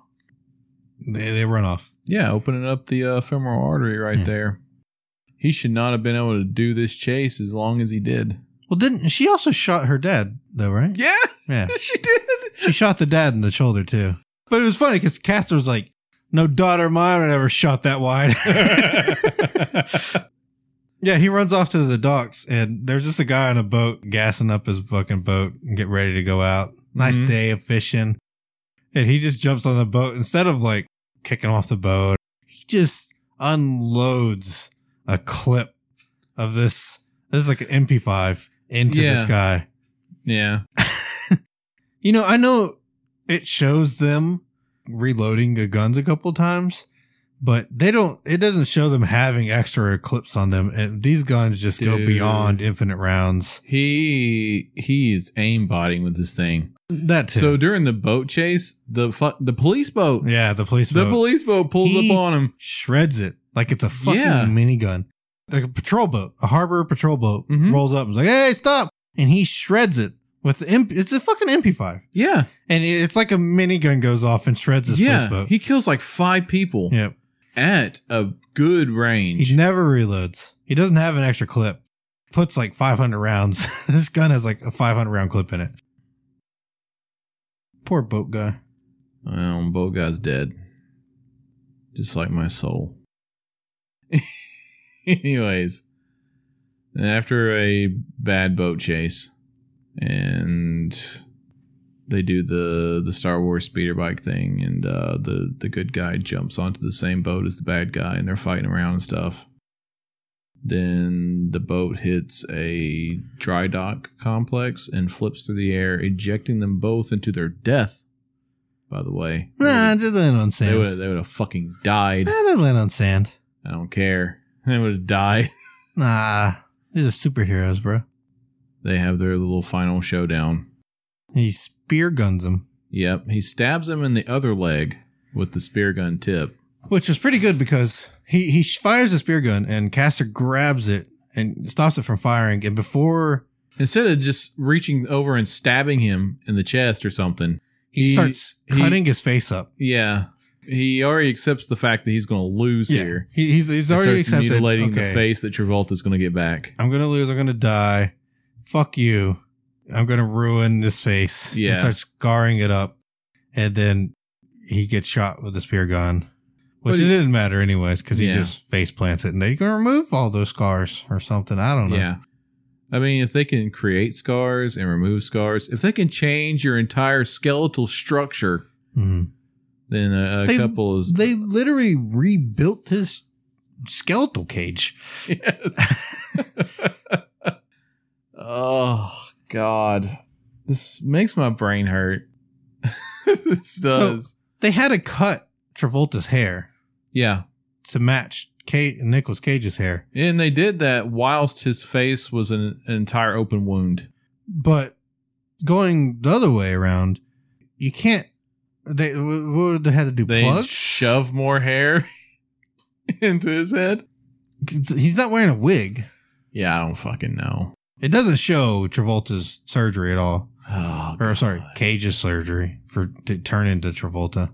Speaker 1: They, they run off.
Speaker 2: Yeah, opening up the uh, femoral artery right
Speaker 1: Hmm.
Speaker 2: there. He should not have been able to do this chase as long as he did.
Speaker 1: Well, didn't she also shot her dad though? Right?
Speaker 2: Yeah,
Speaker 1: Yeah.
Speaker 2: she did.
Speaker 1: She shot the dad in the shoulder too. But it was funny because Castor was like, "No daughter of mine would ever shot that wide." yeah, he runs off to the docks, and there's just a guy on a boat gassing up his fucking boat and get ready to go out. Nice
Speaker 2: Mhm.
Speaker 1: day of fishing, and he just jumps on the boat instead of like kicking off the boat. He just unloads a clip of this. This is like an MP5 into
Speaker 2: Yeah.
Speaker 1: this guy.
Speaker 2: yeah.
Speaker 1: You know, I know it shows them reloading the guns a couple times, but they don't. It doesn't show them having extra clips on them, and these guns just go
Speaker 2: Dude.
Speaker 1: beyond infinite rounds.
Speaker 2: He he is aimbotting with this thing.
Speaker 1: That too.
Speaker 2: So during the boat chase, the fu- the police boat,
Speaker 1: yeah, the police
Speaker 2: the
Speaker 1: boat
Speaker 2: police boat pulls
Speaker 1: He-
Speaker 2: up on him.
Speaker 1: shreds it like it's a fucking
Speaker 2: Yeah.
Speaker 1: minigun. Like a patrol boat, a harbor patrol boat
Speaker 2: Mhm.
Speaker 1: rolls up and is like, "Hey, stop!" and he shreds it with the MP. It's a fucking MP5,
Speaker 2: Yeah,
Speaker 1: and it's like a minigun goes off and shreds this police
Speaker 2: yeah.
Speaker 1: boat.
Speaker 2: He kills like five people
Speaker 1: yep.
Speaker 2: at a good range.
Speaker 1: He never reloads. He doesn't have an extra clip. Puts like 500 rounds. this gun has like a 500 round clip in it. Poor boat guy.
Speaker 2: well, boat guy's dead, just like my soul. Anyways, after a bad boat chase, and they do the the Star Wars speeder bike thing, and uh, the the good guy jumps onto the same boat as the bad guy, and they're fighting around and stuff. Then the boat hits a dry dock complex and flips through the air, ejecting them both into their death. By the way,
Speaker 1: Nah, just land on
Speaker 2: they
Speaker 1: sand.
Speaker 2: would they would have fucking died.
Speaker 1: Nah, just land on sand.
Speaker 2: I don't care. They would have died.
Speaker 1: Nah, these are superheroes, bro.
Speaker 2: They have their little final showdown.
Speaker 1: He spear guns him,
Speaker 2: Yep, he stabs him in the other leg with the spear gun tip.
Speaker 1: which is pretty good because he he fires a spear gun and Caster grabs it and stops it from firing. And before
Speaker 2: Instead of just reaching over and stabbing him in the chest or something,
Speaker 1: he,
Speaker 2: He-
Speaker 1: starts
Speaker 2: he-
Speaker 1: cutting his face up,
Speaker 2: yeah, he already accepts the fact that he's going to lose here.
Speaker 1: he, he's he's
Speaker 2: He
Speaker 1: already
Speaker 2: starts
Speaker 1: accepted.
Speaker 2: mutilating
Speaker 1: okay,
Speaker 2: the face that Travolta's going to get back.
Speaker 1: I'm gonna lose. I'm gonna die. Fuck you. I'm gonna ruin this face.
Speaker 2: Yeah.
Speaker 1: He starts scarring it up, and then he gets shot with a spear gun, which
Speaker 2: But
Speaker 1: it
Speaker 2: he-
Speaker 1: didn't matter anyways because he
Speaker 2: Yeah.
Speaker 1: just face plants it, and they can remove all those scars or something. I don't know.
Speaker 2: Yeah. I mean, if they can create scars and remove scars, if they can change your entire skeletal structure,
Speaker 1: Mhm.
Speaker 2: then a, a
Speaker 1: They-
Speaker 2: couple is
Speaker 1: They literally rebuilt his skeletal cage.
Speaker 2: Yes. oh God, this makes my brain hurt. this
Speaker 1: So-
Speaker 2: does.
Speaker 1: They had to cut Travolta's hair
Speaker 2: yeah,
Speaker 1: to match Kate Nicholas Cage's hair,
Speaker 2: and they did that whilst his face was an, an entire open wound.
Speaker 1: but going the other way around, you can't. They what would they had to do?
Speaker 2: They
Speaker 1: plugs?
Speaker 2: shove more hair into his head.
Speaker 1: 'Cause He's not wearing a wig.
Speaker 2: Yeah, I don't fucking know.
Speaker 1: It doesn't show Travolta's surgery at all,
Speaker 2: Oh,
Speaker 1: or sorry,
Speaker 2: God.
Speaker 1: Cage's surgery for to turn into Travolta.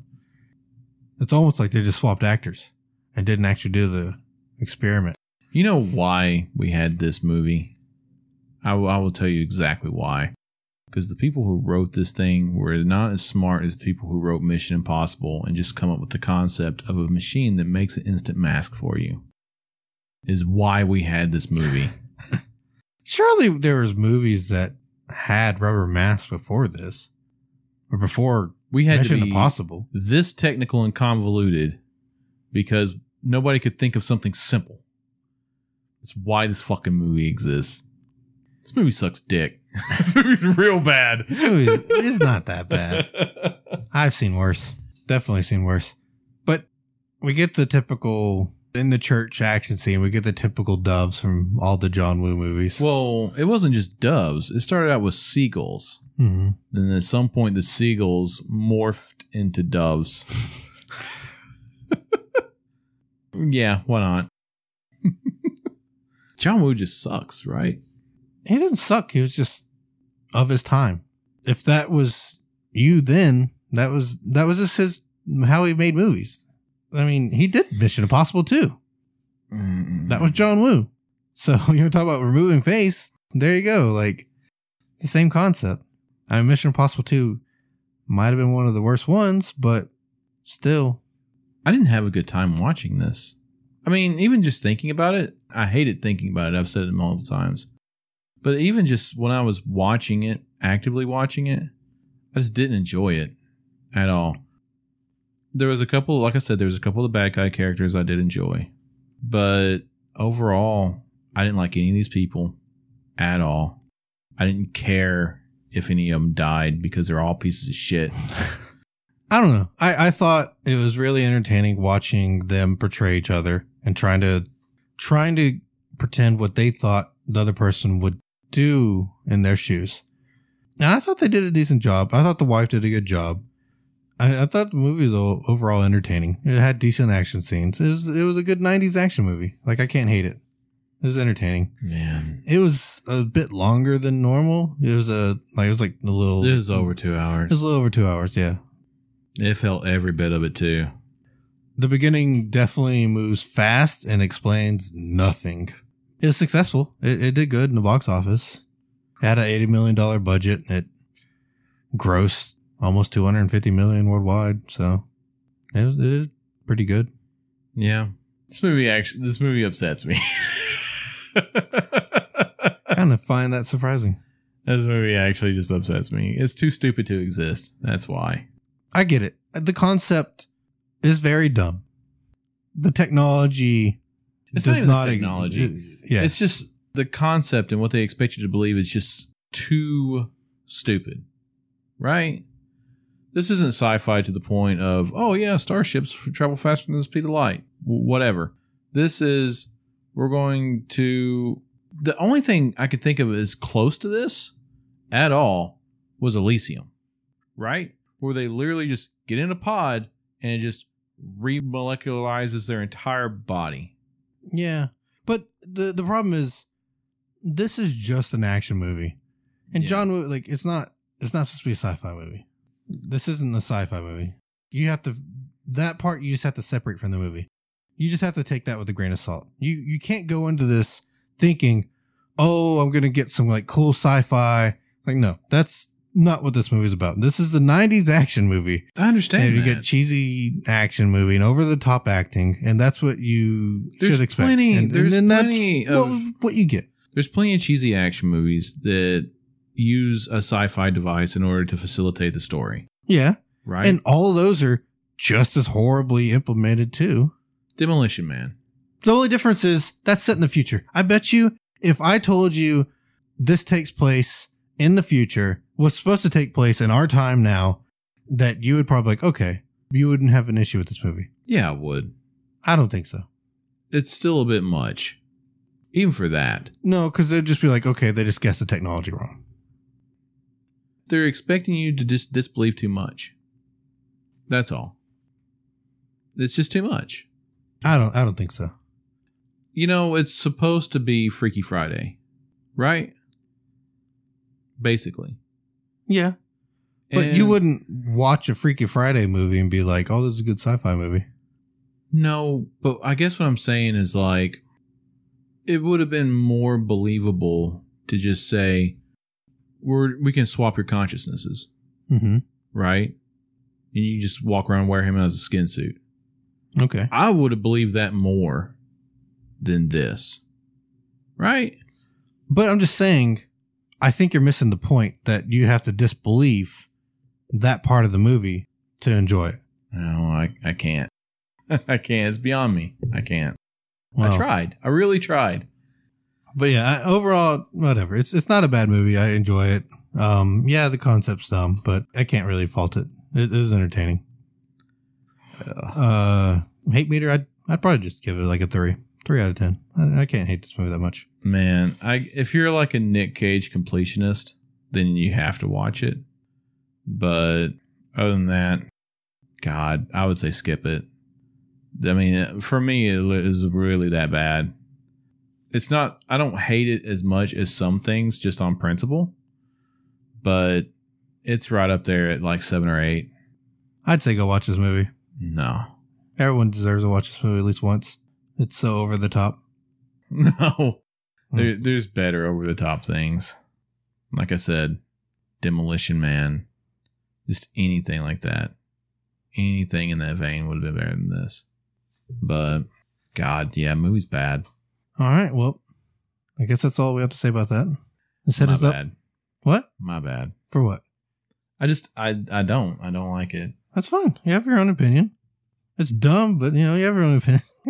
Speaker 1: It's almost like they just swapped actors and didn't actually do the experiment.
Speaker 2: You know why we had this movie? I will- I will tell you exactly why. Because the people who wrote this thing were not as smart as the people who wrote Mission Impossible and just come up with the concept of a machine that makes an instant mask for you. Is why we had this movie.
Speaker 1: Surely there was movies that had rubber masks before this, or before
Speaker 2: We had
Speaker 1: Mission
Speaker 2: to be
Speaker 1: Impossible.
Speaker 2: this technical and convoluted because nobody could think of something simple. That's why this fucking movie exists. This movie sucks dick. this movie's real bad.
Speaker 1: This movie is- is not that bad. I've seen worse. Definitely seen worse. But we get the typical in the church action scene. We get the typical doves from all the John Woo movies.
Speaker 2: well, it wasn't just doves. It started out with seagulls.
Speaker 1: Mhm.
Speaker 2: Then at some point, the seagulls morphed into doves. yeah, why not? John Woo just sucks, right?
Speaker 1: he didn't suck. He was just of his time. If that was you, then that was that was just his how he made movies. I mean, he did Mission Impossible too.
Speaker 2: Mm-hmm.
Speaker 1: That was John Woo. So you want to talk about removing face? There you go. Like it's the same concept. I mean, Mission Impossible Two might have been one of the worst ones, but still,
Speaker 2: I didn't have a good time watching this. I mean, even just thinking about it, I hated thinking about it. I've said it multiple times. But even just when I was watching it, actively watching it, I just didn't enjoy it at all. There was a couple, like I said, there was a couple of the bad guy characters I did enjoy. But overall, I didn't like any of these people at all. I didn't care if any of them died because they're all pieces of shit.
Speaker 1: I don't know. I I thought it was really entertaining watching them portray each other and trying to trying to pretend what they thought the other person would do in their shoes. And I thought they did a decent job. I thought the wife did a good job. I, I thought the movie was o- overall entertaining. It had decent action scenes. It was it was a good '90s action movie. Like I can't hate it. It was entertaining.
Speaker 2: Man.
Speaker 1: It was a bit longer than normal. It was a like it was like a little.
Speaker 2: It was over two hours.
Speaker 1: It was a little over two hours. Yeah.
Speaker 2: It felt every bit of it too.
Speaker 1: The beginning definitely moves fast and explains nothing. It was successful. It, it did good in the box office. It had an eighty million dollar budget. It grossed almost two hundred and fifty million worldwide. So it was, it did pretty good.
Speaker 2: Yeah. This movie actually this movie upsets me.
Speaker 1: Kind of find that surprising.
Speaker 2: This movie actually just upsets me. It's too stupid to exist. That's why.
Speaker 1: I get it. The concept is very dumb. The technology
Speaker 2: It's not
Speaker 1: does
Speaker 2: even the
Speaker 1: not, ex-
Speaker 2: technology.
Speaker 1: yeah,
Speaker 2: It's just the concept and what they expect you to believe is just too stupid. Right? This isn't sci fi to the point of, oh, yeah, starships travel faster than the speed of light. W- whatever. This is, we're going to. The only thing I could think of as close to this at all was Elysium, right? Where they literally just get in a pod and it just remolecularizes their entire body.
Speaker 1: yeah. But the the problem is, this is just an action movie, and
Speaker 2: Yeah.
Speaker 1: John Woo like it's not it's not supposed to be a sci-fi movie. This isn't a sci-fi movie. You have to that part you just have to separate from the movie. You just have to take that with a grain of salt. You you can't go into this thinking, oh, I'm gonna get some like cool sci-fi. Like no, that's not what this movie's about. This is the '90s action movie.
Speaker 2: I understand.
Speaker 1: And you
Speaker 2: that.
Speaker 1: get cheesy action movie and over the top acting, and that's what you
Speaker 2: There's
Speaker 1: should expect.
Speaker 2: plenty-
Speaker 1: and, and
Speaker 2: there's
Speaker 1: then that's
Speaker 2: plenty
Speaker 1: what-
Speaker 2: of-
Speaker 1: what you get.
Speaker 2: There's plenty of cheesy action movies that use a sci-fi device in order to facilitate the story,
Speaker 1: Yeah,
Speaker 2: right?
Speaker 1: and all of those are just as horribly implemented too.
Speaker 2: Demolition Man.
Speaker 1: The only difference is that's set in the future. I bet you, if I told you this takes place in the future, was supposed to take place in our time now, that you would probably like, okay, you wouldn't have an issue with this movie.
Speaker 2: Yeah, I would.
Speaker 1: I don't think so.
Speaker 2: It's still a bit much, even for that.
Speaker 1: No, because they'd just be like, okay, they just guessed the technology wrong.
Speaker 2: They're expecting you to dis- disbelieve too much. That's all. It's just too much.
Speaker 1: I don't. I don't think so.
Speaker 2: You know, it's supposed to be Freaky Friday, right? Basically.
Speaker 1: Yeah, But you
Speaker 2: And-
Speaker 1: wouldn't watch a Freaky Friday movie and be like, "Oh, this is a good sci-fi movie."
Speaker 2: No, but I guess what I'm saying is like it would have been more believable to just say we're we can swap your consciousnesses,
Speaker 1: Mm-hmm.
Speaker 2: right? And you just walk around and wear him as a skin suit.
Speaker 1: Okay.
Speaker 2: I would have believed that more than this. Right?
Speaker 1: But I'm just saying, I think you're missing the point that you have to disbelieve that part of the movie to enjoy it.
Speaker 2: No, I, I can't. I can't. It's beyond me. I can't.
Speaker 1: Well,
Speaker 2: I tried. I really tried.
Speaker 1: but yeah, I, overall, whatever. It's it's not a bad movie. I enjoy it. Um, yeah, the concept's dumb, but I can't really fault it. It, it was entertaining.
Speaker 2: Ugh.
Speaker 1: Uh, hate meter, I'd I'd probably just give it like a three, three out of ten. I, I can't hate this movie that much.
Speaker 2: Man, I if you're like a Nick Cage completionist, then you have to watch it. But other than that, God, I would say skip it. I mean, for me, it is really that bad. It's not. I don't hate it as much as some things, just on principle. But it's right up there at like seven or eight.
Speaker 1: I'd say go watch this movie.
Speaker 2: No,
Speaker 1: Everyone deserves to watch this movie at least once. It's so over the top.
Speaker 2: no.
Speaker 1: Hmm.
Speaker 2: There, there's better over the top things. Like I said, Demolition Man, just anything like that. Anything in that vein would have been better than this. But God, yeah, movie's bad.
Speaker 1: All right. Well, I guess that's all we have to say about that. This head
Speaker 2: My
Speaker 1: is up.
Speaker 2: bad.
Speaker 1: What?
Speaker 2: My bad.
Speaker 1: For what?
Speaker 2: I just I I don't I don't like it.
Speaker 1: That's fine. You have your own opinion. It's dumb, but you know, you have your own opinion.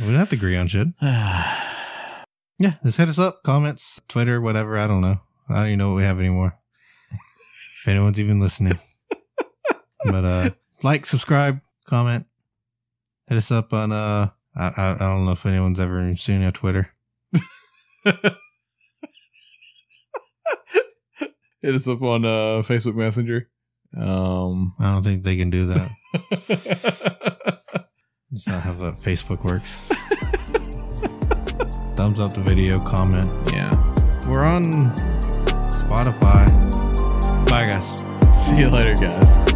Speaker 1: we don't have to agree on shit. Yeah. Just hit us up. Comments, Twitter, whatever. I don't know. I don't even know what we have anymore. if anyone's even listening. but uh like, subscribe, comment. Hit us up on uh I, I, I don't know if anyone's ever seen a Twitter.
Speaker 2: Hit us up on uh, Facebook Messenger. Um.
Speaker 1: I don't think they can do that. It's not how the Facebook works. Thumbs up the video, comment.
Speaker 2: yeah.
Speaker 1: We're on Spotify. Bye, guys.
Speaker 2: See you later, guys.